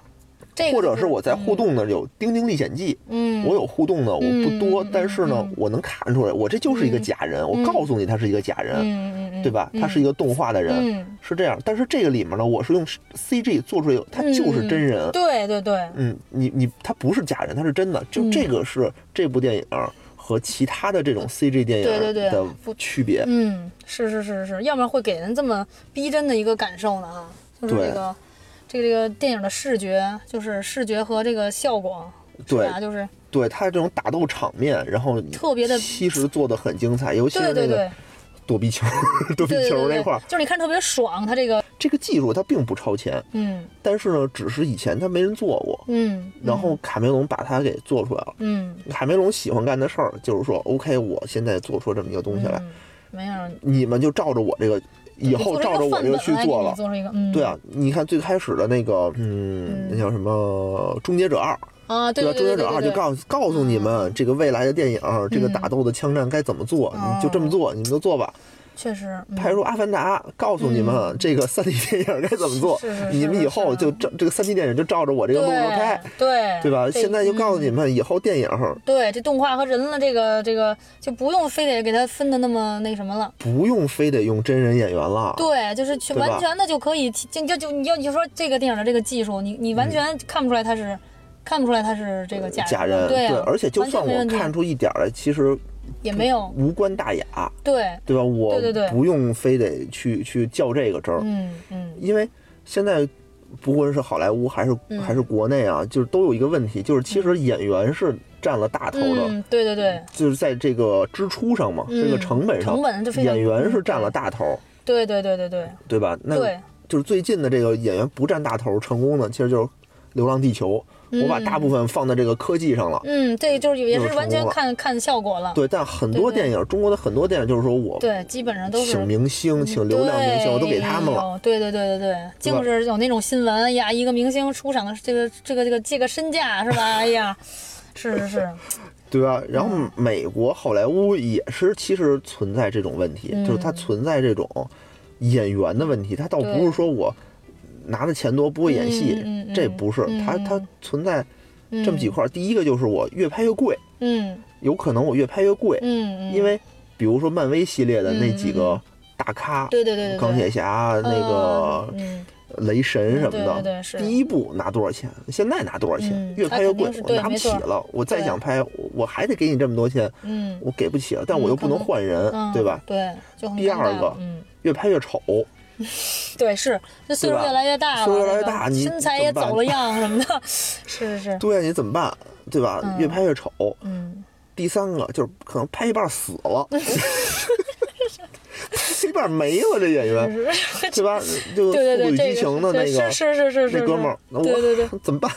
B: 这个
A: 或
B: 就
A: 者是我在互，动的有《丁丁历险记》，
B: 嗯，
A: 我有互动的，我不多
B: 嗯嗯，
A: 但是呢
B: 嗯，
A: 我能看出来，我这就是一个假人，我告诉你他是一个假人，
B: 嗯，嗯嗯嗯，
A: 对吧？他是一
B: 个
A: 个动画的人，
B: 嗯，
A: 是这样。但是这个里面呢，我是用 CG 做出来，他就是真人，
B: 对对对，
A: 嗯，你你他不是假人，他是真的，就
B: 嗯
A: 这个是这部电影和其他的这种 CG 电
B: 对对
A: 影
B: 对
A: 的
B: 不
A: 区别。
B: 嗯，是是是是，要不然会给人这么逼真的一个感受呢啊，就是
A: 对
B: 这个这个这个电影的视觉，就是视觉和这个效果，是
A: 对
B: 吧？就是
A: 对，他这种打斗场面，然后
B: 特别的
A: 其实做的很精彩，尤其
B: 对
A: 是
B: 对
A: 那个
B: 对，
A: 躲避球、躲避
B: 对对
A: 球
B: 对
A: 那
B: 对
A: 块儿，， [LAUGHS]
B: 就是你看着特别爽，它这个，
A: 这个技术它并不超前，
B: 嗯
A: 但是呢，只是以前它没人做过，
B: 嗯，
A: 然后卡梅隆把它给做出来了。
B: 嗯，
A: 卡梅隆喜欢干的事儿就是说，OK，我现在做出这么一个东西来，
B: 嗯没有人
A: 你们就照着我这个，以后照着我这个去做了。
B: 做出一个，嗯，
A: 对啊，你看最开始的那个，嗯，那叫什么《终结者二》，
B: 啊，对
A: 吧？《
B: 对
A: 终结者
B: 对对
A: 二》
B: 对
A: 就告诉告诉你们这个未来的电影，这个打斗的枪战该怎么做，
B: 嗯
A: 你就这么做，你们就做吧。
B: 确实，嗯
A: 拍入《阿凡达》，告诉你们这个三 D 电影该怎么做
B: 是是，是
A: 你们以后就照这个三 D 电影就照着我这个路子拍，
B: 对
A: 对吧？
B: 这
A: 现在就告诉
B: 嗯
A: 你们，以后电影
B: 对，这动画和人了，这个这个就不用非得给它分的那么那什么了。
A: 不用非得用真人演员了。
B: 对，就是去
A: 对吧
B: 完全的就可以提，就就就你要你就说这个电影的这个技术，你你完全看不出来它是，看不出来它是这个假
A: 嗯假
B: 人
A: 人
B: 的，对啊，
A: 而且就
B: 完全
A: 算
B: 没
A: 我
B: 问题
A: 看出一点儿来，其实
B: 也没有
A: 无关大雅，
B: 对，
A: 对吧？我
B: 对对对
A: 不用非得去去较这个真儿，
B: 嗯嗯
A: 因为现在不论是好莱坞还是
B: 嗯
A: 还是国内啊，就是都有一个问题，就是其实演员是占了大头的，
B: 嗯，对对对
A: 就是在这个支出上嘛，
B: 嗯
A: 这个成本上，
B: 成本就非常
A: 演员是占了大头，
B: 对对对对对
A: 对吧？那
B: 对，
A: 就是最近的这个演员不占大头成功的，其实就是《流浪地球》，我把大部分放在这个科技上了。
B: 嗯，这就是也
A: 就是是
B: 完
A: 成功
B: 全
A: 了
B: 看看效果了，
A: 对，但很多
B: 对对
A: 电影，中国的很多电影就是说我
B: 对，基本上都是
A: 请明星，请流量明星，我都给他们了。
B: 了。对对对对对，就是有那种新闻呀，一个明星出场的这个这个这个这个身价
A: [LAUGHS]
B: 是吧？哎呀，是是是，
A: 对吧？然后
B: 嗯
A: 美国好莱坞也是，其实存在这种问题，
B: 嗯
A: 就是它存在这种演员的问题，它倒不是
B: 对
A: 说我拿的钱多不会演戏，
B: 嗯嗯嗯
A: 这不是，
B: 嗯
A: 它它存在
B: 嗯
A: 这么几，块儿。第一个就是我越拍越贵，
B: 嗯
A: 有可能我越拍越贵，
B: 嗯嗯，
A: 因为比如说漫威系列的那几
B: 嗯嗯
A: 个大咖，
B: 对对对对，对
A: 钢铁侠、啊那个
B: 嗯
A: 雷神什么的，
B: 对对对是
A: 第一部拿多少钱，现在拿多少钱，
B: 嗯
A: 越拍越贵
B: 它肯定是，
A: 我
B: 对
A: 拿不起
B: 没
A: 了。我再想拍，我我还得给你这么多钱，
B: 嗯
A: 我给不起了，但我又不能换人，
B: 嗯，
A: 对吧？？
B: 对，就很
A: 第
B: 尴
A: 二
B: 尬
A: 个
B: 嗯，
A: 越拍越丑，
B: 对是，这岁数
A: 对吧
B: 越来越大了，
A: 岁数越来越
B: 这个
A: 大你
B: 身材也
A: 怎么办
B: 走了样什么的， [LAUGHS] 是是是，
A: 对，啊你怎么办？对吧？
B: 嗯
A: 越拍越丑。
B: 嗯，
A: 第三个就是可能拍一半死
B: [LAUGHS]
A: 了，拍一半没了，这演员，
B: 是 [LAUGHS] 是，
A: 对吧？就《
B: [LAUGHS]
A: 速度与
B: 对对对，这
A: 呃激
B: 个
A: 情》的
B: 对
A: 那个
B: 是是是是是，
A: 那哥们儿，那
B: 对对对
A: 我 [LAUGHS] 怎么办？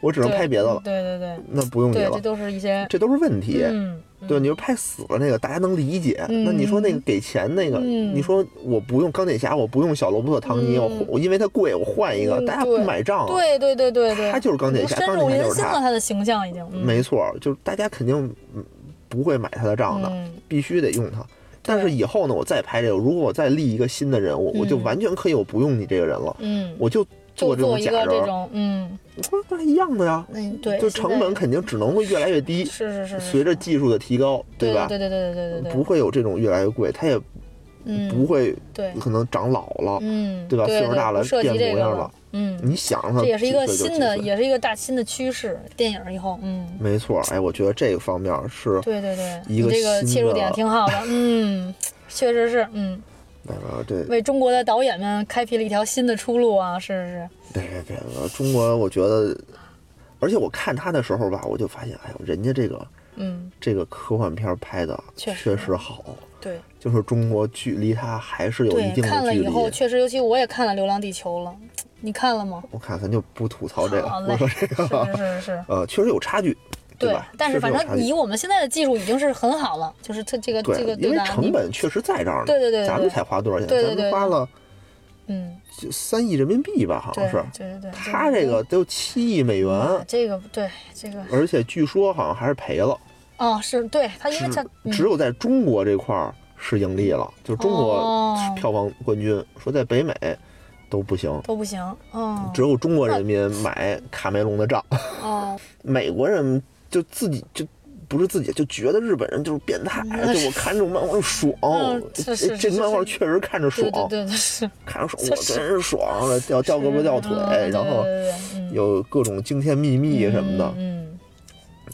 A: 我只能
B: 对
A: 拍别的了，
B: 对对对。
A: 那不用你
B: 对，这
A: 了，
B: 都是一些
A: 这都是问题。
B: 嗯，
A: 对，你说拍死了那个，大家能理解。
B: 嗯
A: 那你说那个给钱那个，
B: 嗯
A: 你说我不用钢铁侠，我不用小罗伯特·唐尼，我
B: 嗯
A: 我因为它贵，我换一个，
B: 嗯
A: 大家不
B: 对
A: 买账、啊。，
B: 对对对对对，
A: 他就是钢铁侠
B: 深入
A: 钢铁侠
B: 人
A: 就是
B: 心
A: 他
B: 了，他的形象已经嗯
A: 没错，就是大家肯定嗯不会买他的账的，
B: 嗯
A: 必须得用它。但是以后呢，我再拍这个，如果我再立一个新的人物，我就
B: 嗯
A: 完全可以，我不用你这个人了，
B: 嗯，
A: 我就
B: 就
A: 这种
B: 做一
A: 假
B: 个
A: 人
B: 这
A: 儿，
B: 种嗯，
A: 那一样的呀。
B: 那对，
A: 就
B: 现
A: 成本
B: 在
A: 肯定只能会越来越低，
B: 是是是是
A: 随着
B: 是
A: 技术的提高，
B: 对
A: 吧？
B: 对对对对对对对，
A: 不会有这种越来越贵，它也
B: 嗯
A: 不会
B: 对
A: 可能长老了。
B: 嗯
A: 对吧岁数
B: 对
A: 大了
B: 不涉及
A: 变
B: 这
A: 模
B: 个
A: 样
B: 了
A: 了，
B: 嗯，
A: 你想它
B: 这也是一个
A: 几岁就
B: 新的，
A: 几岁
B: 也是一个大新的趋势，电影以后嗯。
A: 没错。哎，我觉得这个方面是
B: 对对对，
A: 一个
B: 你这个
A: 新
B: 切入点
A: 的
B: 挺好的，嗯，
A: [LAUGHS]
B: 确实是，嗯，
A: 那个对，
B: 为中国的导演们开辟了一条新的出路啊，是是是，
A: 别别别，中国我觉得，而且我看他的时候吧，我就发现，哎呦，人家这个
B: 嗯，
A: 这个科幻片拍的
B: 确
A: 确
B: 实
A: 实好，
B: 对
A: 就是中国距离它还是有一
B: 对，
A: 定
B: 看
A: 的
B: 了
A: 距
B: 以
A: 离。
B: 后确实，尤其我也看了《流浪地球》了，你看了吗？
A: 我看咱就不吐槽这个
B: 好，嘞
A: 我说这
B: 是
A: 个，
B: 是是是，
A: [LAUGHS] 呃，确实有差距，
B: 对
A: 吧？。
B: 但
A: 确
B: 是反
A: 实有差
B: 正
A: 距
B: 以我们现在的技术已经是很好了，就是它这个
A: 对，
B: 这个
A: 因
B: 对
A: 为
B: 吧？
A: 成
B: 你
A: 本确实在这儿呢。
B: 对对对对
A: 咱们才花多少钱？
B: 对对
A: 咱
B: 对
A: 们花了
B: 嗯，
A: 就三亿人民币吧，好
B: 对
A: 像是
B: 对。对对，
A: 他这个得有七亿美元，
B: 这个对这个
A: 而且据说好像还是赔了，
B: 哦，是对他因为他嗯
A: 只只有在中国这块儿是盈利了，就中国
B: 哦
A: 票房冠军。说在北美都不行，
B: 都不行，嗯
A: 只有中国人民买卡梅隆的账，
B: 哦，
A: 美国人就自己就。不是自己就觉得日本人就是变态，
B: 嗯
A: 就我看这种漫画爽，
B: 嗯是是
A: 这
B: 是
A: 这漫画
B: 是
A: 确实看着爽
B: 对，对对对是，
A: 看着爽，
B: 确
A: 我
B: 实
A: 真是爽了，掉掉胳膊掉腿，
B: 嗯
A: 然后
B: 对对对对
A: 有各种惊天秘密
B: 嗯
A: 什么的，
B: 嗯，嗯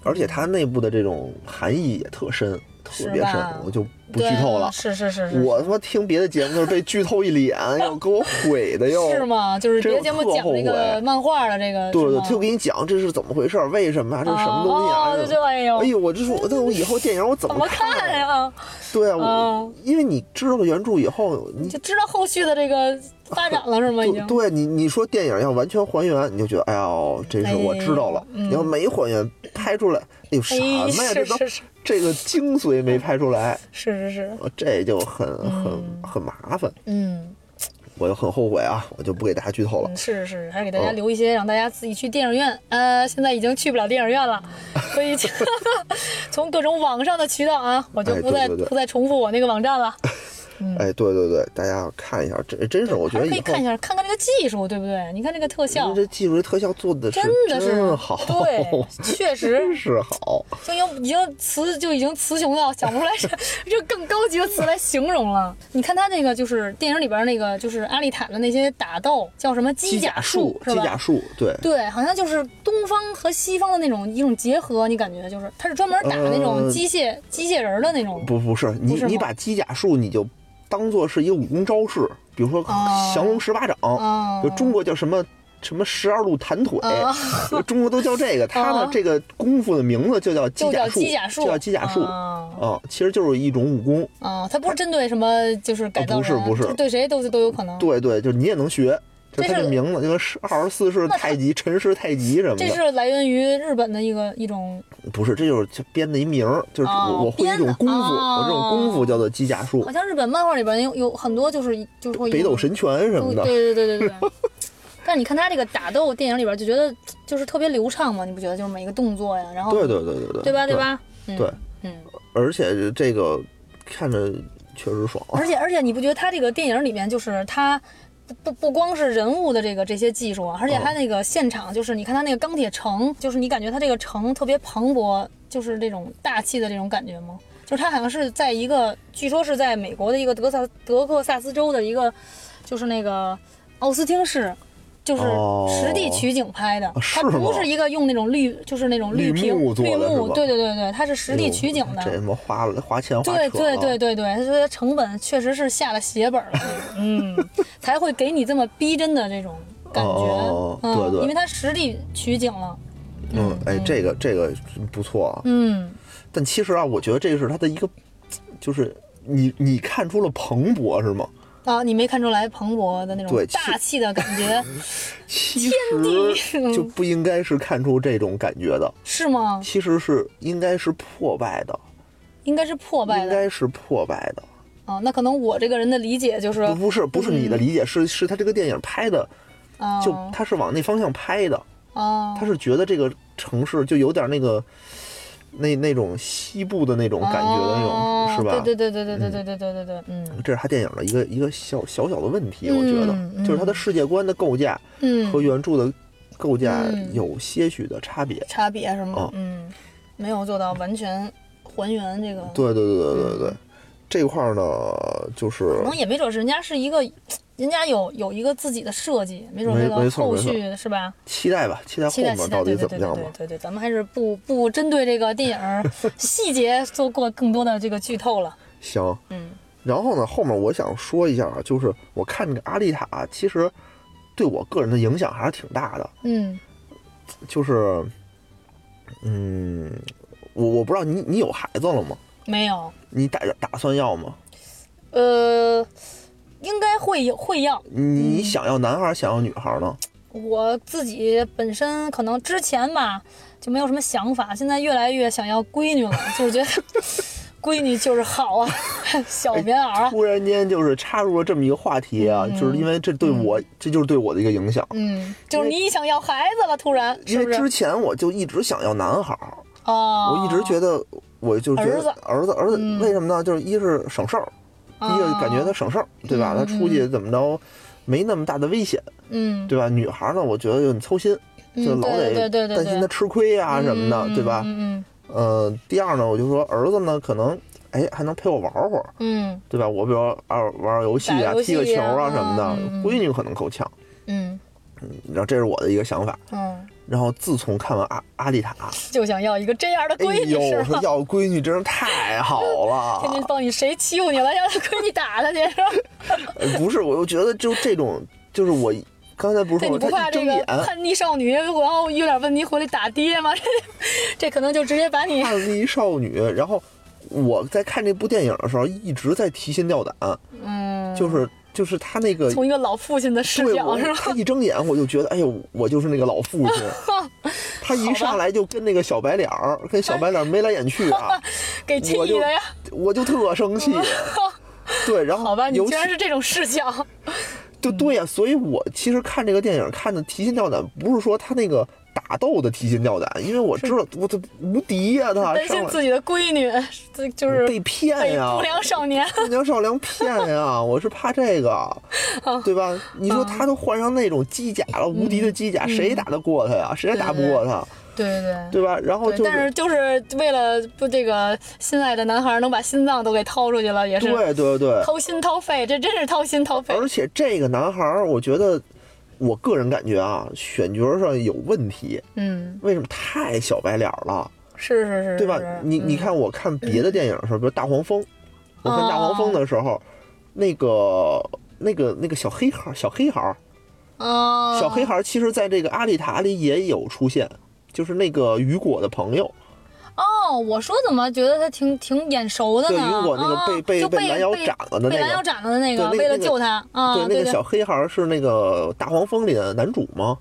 A: 而且它内部的这种含义也特深，特别
B: 是
A: 深
B: 吧，
A: 我就不剧
B: 对
A: 透了。
B: 是是是是，
A: 我他妈听别的节目就是被剧透一
B: [LAUGHS]
A: 脸，又给我毁的又。
B: 是吗？就是别的节目
A: 这个特
B: 讲这
A: 后
B: 个
A: 悔
B: 漫画的这个，
A: 对
B: 是
A: 对，
B: 吗
A: 他就给你讲这是怎么回事，为什么啊，这是什么东西
B: 哦
A: 啊？
B: 哦
A: 这
B: 对
A: 怎么
B: 对，哎呦，
A: 哎呦，我这是我，那我以后电影我怎
B: 怎
A: 么
B: 么看
A: 看？
B: 呀？
A: 对啊，我
B: 哦
A: 因为你知道了原著以后，你
B: 就知道后续的这个发展了是吗？已
A: 对
B: 经
A: 对你你说电影要完全还原，你就觉得哎呦，这是我知道了。
B: 哎呦
A: 你
B: 嗯
A: 要没还原，拍出来，哎呦什么
B: 哎，
A: 呀？
B: 是
A: 这
B: 是
A: 都
B: 是是
A: 这个精髓没拍出来，
B: 是是，
A: 呃这就很很
B: 嗯
A: 很麻烦，
B: 嗯，
A: 我就很后悔啊，我就不给大家剧透了
B: 嗯。是是是，还是给大
A: 哦
B: 家留一些，让大家自己去电影院。呃，现在已经去不了电影
A: [LAUGHS]
B: 院了，所以 [LAUGHS] 从各种网上的渠道啊，我就
A: 哎
B: 不
A: 对
B: 再
A: 对对
B: 不再重复我那个网站了。
A: 哎，对对对，大家要看一下，这真是我觉
B: 嗯还
A: 得以
B: 是可以
A: 后
B: 看一下，看看这个技术，对不对？你看这个特效
A: 因为，这技术这特效做的是
B: 真的是
A: 真好，
B: 对，确实
A: [LAUGHS] 真是好。
B: 就已经已经词就已经词穷到想不出来是 [LAUGHS] 这更高级的词来形容了。你看他那个就是电影里边那个就是阿丽塔的那些打斗叫什么机甲术
A: 机
B: 是
A: 甲
B: 吧？
A: 术，对，
B: 对，好像就是东方和西方的那种一种结合，你感觉就是他是专门打那种
A: 呃
B: 机械、机械人儿的那种。
A: 不不是你
B: 不是
A: 你
B: 吗
A: 把机甲术你就当做是一个武功招式，比如说
B: 哦
A: 降龙十八掌，
B: 啊，
A: 就中国叫什么什么十二路弹腿，
B: 啊
A: 中国都叫
B: [LAUGHS]
A: 这个，它呢
B: 啊
A: 这个功夫的名字就叫机
B: 就
A: 甲
B: 叫
A: 术，
B: 机甲术，
A: 就叫机甲术。
B: 啊
A: 啊，其实就是一种武功，
B: 啊，它不是针对什么就是改
A: 哦
B: 造
A: 不是
B: 人啊
A: 不是
B: 就对谁都都有可能。
A: 对对，就是你也能学，就
B: 这
A: 它这
B: 是
A: 名字，就跟十二十四式太极、陈氏太极什么
B: 这
A: 的，
B: 是来源于日本的一个一种
A: 不是，这就是就编的一名儿，就是
B: 哦
A: 我我会一
B: 编
A: 种
B: 的
A: 功夫，我这种功夫
B: 哦
A: 叫做机甲术
B: 好，像日本漫画里边有有很多就是就是会
A: 北
B: 有
A: 斗神拳什么的，
B: 对对对对对。 [LAUGHS] 但是你看他这个打斗电影里边，就觉得就是特别流畅嘛，你不觉得？就是每一个动作呀，然后
A: 对对对对对，
B: 对吧
A: 对
B: 对？吧？嗯
A: 对
B: 嗯。
A: 而且这个看着确实爽，
B: 而且而且你不觉得他这个电影里面就是他不不不光是人物的这个这些技术啊，而且
A: 哦
B: 他那个现场就是你看他那个钢铁城，就是你感觉他这个城特别磅礴，就是这种大气的这种感觉吗？就是他好像是在一个，据说是在美国的一个德萨德克萨斯州的一个，就是那个奥斯汀市。就是
A: 哦啊
B: 实地取景拍的，
A: 是
B: 它不
A: 吗
B: 是一个用那种绿，就是那种
A: 绿
B: 绿屏
A: 幕做的
B: 绿
A: 是
B: 幕，
A: 吧
B: 对对对对，它是实地取景的。
A: 哎呦这他妈花了花钱花啊
B: 对
A: 扯
B: 对
A: 了
B: 对对对，他说成本确实是下了血本了，嗯，才会给你这么逼真的这种感觉，
A: 哦
B: 嗯，
A: 对对
B: 因为他实地取景了，
A: 嗯，哎，这个这个不错啊，
B: 嗯，
A: 但其实啊，我觉得这是它的一个，就是你你看出了蓬勃是吗？
B: 啊，你没看出来蓬勃的那
A: 对
B: 种
A: 其
B: 大气的感
A: [LAUGHS]
B: 觉
A: 其实就不应该是看出这种感觉的，
B: 是吗？
A: 其实是应该是破败的，
B: 应该是破败
A: 应
B: 的
A: 该是破败的，
B: 啊，那可能我这个人的理解就是，嗯
A: 不不是不是你的理解，是是他这个电影拍的，
B: 啊
A: 就他是往那方向拍的，
B: 啊
A: 他是觉得这个城市就有点那个。那那种西部的那种感觉的那种，
B: 啊
A: 是吧？
B: 对对对对对对对对对对对，嗯
A: 这是他电影的一个一个小小小的问题，我觉得、
B: 嗯嗯
A: 就是他的世界观的构架
B: 嗯，
A: 和原著的构架
B: 嗯
A: 有些许的差别。
B: 差别是吗
A: 哦？
B: 嗯，没有做到完全还原这个，
A: 对对对对对对，这块儿呢，就是
B: 可能也没准是人家是一个，人家有有一个自己的设计，没准
A: 没
B: 这
A: 没
B: 个
A: 错
B: 后
A: 没错
B: 续是吧？
A: 期待吧，期待后
B: 期待
A: 面
B: 期待，
A: 到底
B: 对
A: 怎
B: 对
A: 么
B: 对对
A: 样
B: 对
A: 吧。
B: 对对，咱们还是不不针对这个电影
A: [LAUGHS]
B: 儿细节做过更多的这个剧透了。
A: 行，
B: 嗯
A: 然后呢，后面我想说一下啊，就是我看这个《阿丽塔》，啊其实对我个人的影响还是挺大的。
B: 嗯
A: 就是，嗯，我我不知道你你有孩子了吗？
B: 没有，
A: 你打打算要吗？
B: 呃，应该会有会要。
A: 你想要男孩儿，想要女孩儿呢？
B: 我自己本身可能之前吧就没有什么想法，现在越来越想要闺女了，就是觉
A: [LAUGHS]
B: 得闺女就是好啊， [LAUGHS] 小棉袄啊，
A: 哎突然间就是插入了这么一个话题啊，就是因为这对我，这就是对我的一个影响。
B: 嗯，就是你想要孩子了，突然
A: 因
B: 是
A: 为
B: 不是
A: 之？前我就一直想要男孩儿，
B: 哦，
A: 我一直觉得，我就觉得儿子儿子
B: 嗯
A: 为什么呢？就是一是省事儿，一个感觉他
B: 他
A: 省事儿，对吧？
B: 嗯
A: 他出去怎么着，没那么大的危险，
B: 嗯，
A: 对吧？女孩儿呢，我觉得就很操心，
B: 嗯
A: 就老
B: 对
A: 得
B: 对对对
A: 担心他吃亏呀什么的，对吧？
B: 嗯
A: 呃，第二呢，我就说儿子呢，可能哎还能陪我玩会儿，
B: 嗯
A: 对吧？我比如玩玩玩游戏
B: 打
A: 啊，
B: 游
A: 踢个
B: 戏
A: 球啊
B: 啊
A: 什么的
B: 嗯，嗯
A: 闺女可能够呛。
B: 嗯嗯
A: 然后这是我的一个想法。
B: 嗯
A: 然后自从看完阿阿丽塔，
B: 就想要一个这样的
A: 哎
B: 闺女
A: 呦，
B: 是
A: 我说
B: 吧？
A: 要闺女真是太好
B: [LAUGHS]
A: 了，
B: 天天帮你谁欺负你了，让他闺女打他去是吧？
A: 呃不是，我就觉得就这种，就是我刚才不是
B: 对，你
A: 说
B: 不
A: 他
B: 怕
A: 一
B: 这
A: 睁
B: 个
A: 眼，
B: 叛逆少女，然后有点问题回来打爹吗？这这可能就直接把你
A: 叛逆少女，然后我在看这部电影的时候一直在提心吊胆，
B: 嗯，
A: 就是就是他那个
B: 从一个老父亲的视
A: 对
B: 角
A: 我
B: 是吧？
A: 他一睁眼我就觉得，哎呦，我就是那个老父
B: [LAUGHS]
A: 亲，他一上来就跟那个小白脸儿，跟小白脸儿眉来眼去
B: [LAUGHS]
A: 啊，
B: 给气
A: 我就
B: 的呀！
A: 我就特生
B: [LAUGHS]
A: 气。对，然后
B: 好吧，你
A: 尤
B: 居
A: 其
B: 然是这种视角，嗯
A: 就对呀、所以我其实看这个电影看的提心吊胆，不是说他那个打斗的提心吊胆，因为我知道我这无敌呀、他
B: 担心
A: 上来
B: 自己的闺女，这就是
A: 被骗
B: 被
A: 呀、
B: 不良少年。
A: 不良少年骗呀、我是怕这
B: [LAUGHS]
A: 个，
B: 哦
A: 对吧？你
B: 嗯
A: 说他都换上那种机甲了，无敌的机甲，谁打得过他呀？谁也打不过他，
B: 对对
A: 对吧？然后
B: 对，
A: 就
B: 但是就是为了不这个心爱的男孩能把心脏都给掏出去了，也是
A: 对对对，
B: 掏心掏肺，这真是掏心掏肺。
A: 而且这个男孩儿，我觉得，我个人感觉啊，选角上有问题，
B: 嗯，
A: 为什么太小白脸儿了？
B: 是是是，
A: 对吧
B: 是？
A: 你你
B: 嗯哦
A: 看，我看别的电影的时候，比如《大黄蜂》，我看《大黄蜂》的时候，那个那个那个小黑孩儿，小黑孩儿，
B: 啊，
A: 小黑孩儿，其实在这个《阿丽塔》里也有出现，就是那个雨果的朋友，
B: 哦，我说怎么觉得他挺挺眼熟的
A: 对
B: 呢？
A: 雨果那
B: 啊
A: 个被被
B: 就被
A: 拦腰斩了的
B: 被拦
A: 那
B: 腰
A: 个。
B: 斩了的那个，
A: 对那个
B: 为了
A: 那个
B: 救他啊，
A: 对，
B: 对
A: 那个小黑孩儿是那个《大黄蜂》里的男主嘛，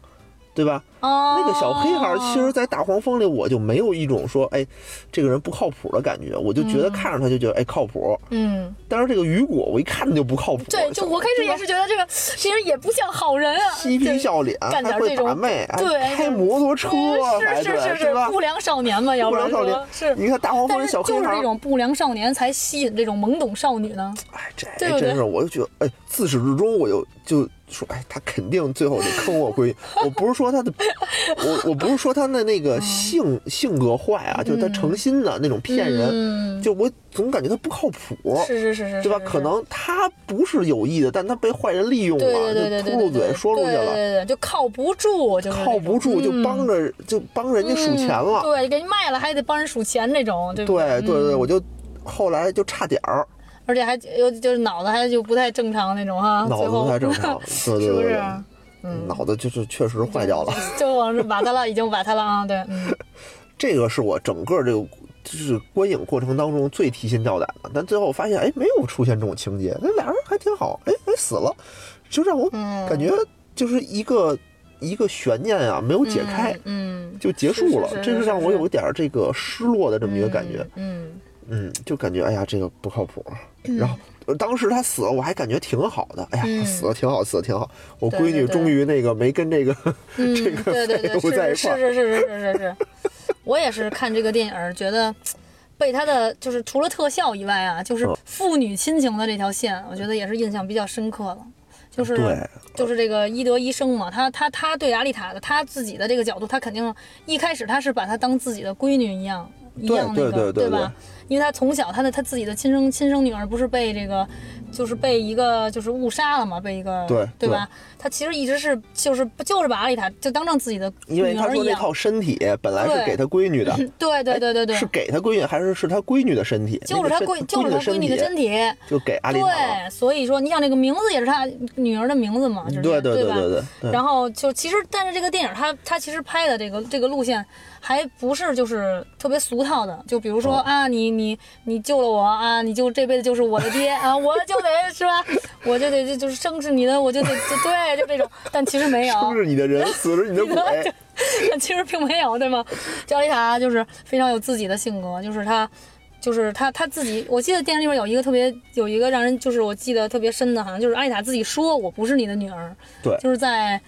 A: 对吧？
B: 哦，
A: 那个小黑孩儿，其实，在《大黄蜂》里，我就没有一种说，哎，这个人不靠谱的感觉，我就觉得看着他就觉得，哎，靠谱。
B: 嗯，
A: 但是这个雨果，我一看就不靠谱。
B: 对，就我开始也是觉得这个其实也不像好人啊，
A: 嬉皮
B: 对
A: 笑脸，
B: 干点
A: 还会
B: 这种
A: 把妹，还
B: 对
A: 开摩托车，还
B: 是
A: 对
B: 是是
A: 对
B: 是
A: 吧？
B: 不良少年嘛，要不然
A: 不良少
B: 说
A: 年
B: 是。
A: 你看大黄蜂
B: 但
A: 人
B: 是
A: 小黑
B: 就是
A: 孩
B: 这
A: 儿，
B: 种不良少年才吸引这种懵懂少女呢。
A: 哎，这
B: 对不对
A: 真是，我就觉得，哎，自始至终，我就就说，哎，他肯定最后得坑我闺女。我不是说他的，我我不是说他的那个性性格坏啊，就是他诚心的那种骗人，
B: 嗯，
A: 就我总感觉他不靠谱。
B: 是是是是，
A: 对吧？
B: 是
A: 可。能他不是有意的，但他被坏人利用
B: 是对对对
A: 了，就
B: 对对，
A: 秃噜嘴
B: 对
A: 说出去
B: 对
A: 了，
B: 对对，就靠不住，就是
A: 靠
B: 这种
A: 不住就帮着就帮人家数钱了
B: 嗯。对，给你卖了还得帮人数钱那种，对不
A: 对对对，
B: 嗯
A: 我就后来就差点儿，
B: 而且还又就是脑子还就不太正常那种哈，
A: 脑
B: 啊最
A: 子不
B: 后
A: 太正
B: [LAUGHS]
A: 常，对对
B: 是嗯不
A: 对
B: 是
A: 对，？脑子就是确实坏掉了。
B: [LAUGHS] 就往这瓦特拉已经瓦特拉啊，对，嗯，
A: 这个是我整个这个就是观影过程当中最提心吊胆的，但最后发现哎没有出现这种情节，那俩人还挺好，哎哎死了，就让我 [LAUGHS]
B: 嗯
A: 感觉就是一个一个悬念啊没有解开。
B: 嗯，嗯，
A: 就结束了，
B: 是是是
A: 这
B: 是
A: 是让我
B: 是
A: 有一点儿这个失落的这么一个感觉，
B: 嗯，
A: 嗯，就感觉哎呀，这个不靠谱。然后呃当时他死了，我还感觉挺好的，哎呀，
B: 嗯
A: 死了挺好，死了挺好。我
B: 对
A: 闺
B: 对
A: 女
B: 对
A: 终于那个没跟这个
B: [LAUGHS] 嗯，
A: 这
B: 嗯，
A: 个
B: 对对
A: 废
B: 对，
A: 物在一
B: 是
A: 块
B: 是
A: 儿，
B: 是是是是是是，我也是看这个电影儿觉得。被他的就是除了特效以外啊，
A: 嗯
B: 就是父女亲情的这条线，我觉得也是印象比较深刻了。就是
A: 对
B: 就是这个伊德医生嘛，他他他对阿丽塔的他自己的这个角度，他肯定一开始他是把她当自己的闺女一样，一
A: 对
B: 样那个，
A: 对对对
B: 吧？因为他从小他的他自己的亲生亲生女儿不是被这个，就是被一个就是误杀了嘛，被一个
A: 对
B: 对吧？他其实一直是就是就是把阿丽塔就当成自己的
A: 因为
B: 女
A: 他
B: 儿
A: 说
B: 一
A: 那
B: 样，
A: 套身体本来是
B: 对
A: 给他闺女的，
B: 对对对对 [LAUGHS] 对，
A: 是给他闺女还是是他闺女的身体？
B: 就是他
A: 那个
B: 闺
A: 身
B: 就是他闺女的
A: 身体
B: 身体，
A: 就给阿丽塔了。
B: 对，所以说你想这个名字也是他女儿的名字嘛，就是
A: 对对
B: 吧？
A: 对对对，
B: 然后就其实，但是这个电影它它其实拍的这个这个路线还不是就是特别俗套的，就比如说、
A: 哦
B: 啊，你你你救了我啊，你就这辈子就是我的爹 [LAUGHS] 啊，我就得是吧，我就得就就是生是你的，我就得就对，就这种。但其实没有，
A: [LAUGHS] 生是你的人，死是你
B: [LAUGHS]
A: 的鬼。
B: 但 [LAUGHS] 其实并没有，对吗？焦丽塔就是非常有自己的性格，就是她，就是她她自己。我记得电影里面有一个特别有一个让人就是我记得特别深的，好像就是阿丽塔自己说：“我不是你的女儿。”
A: 对
B: 就是在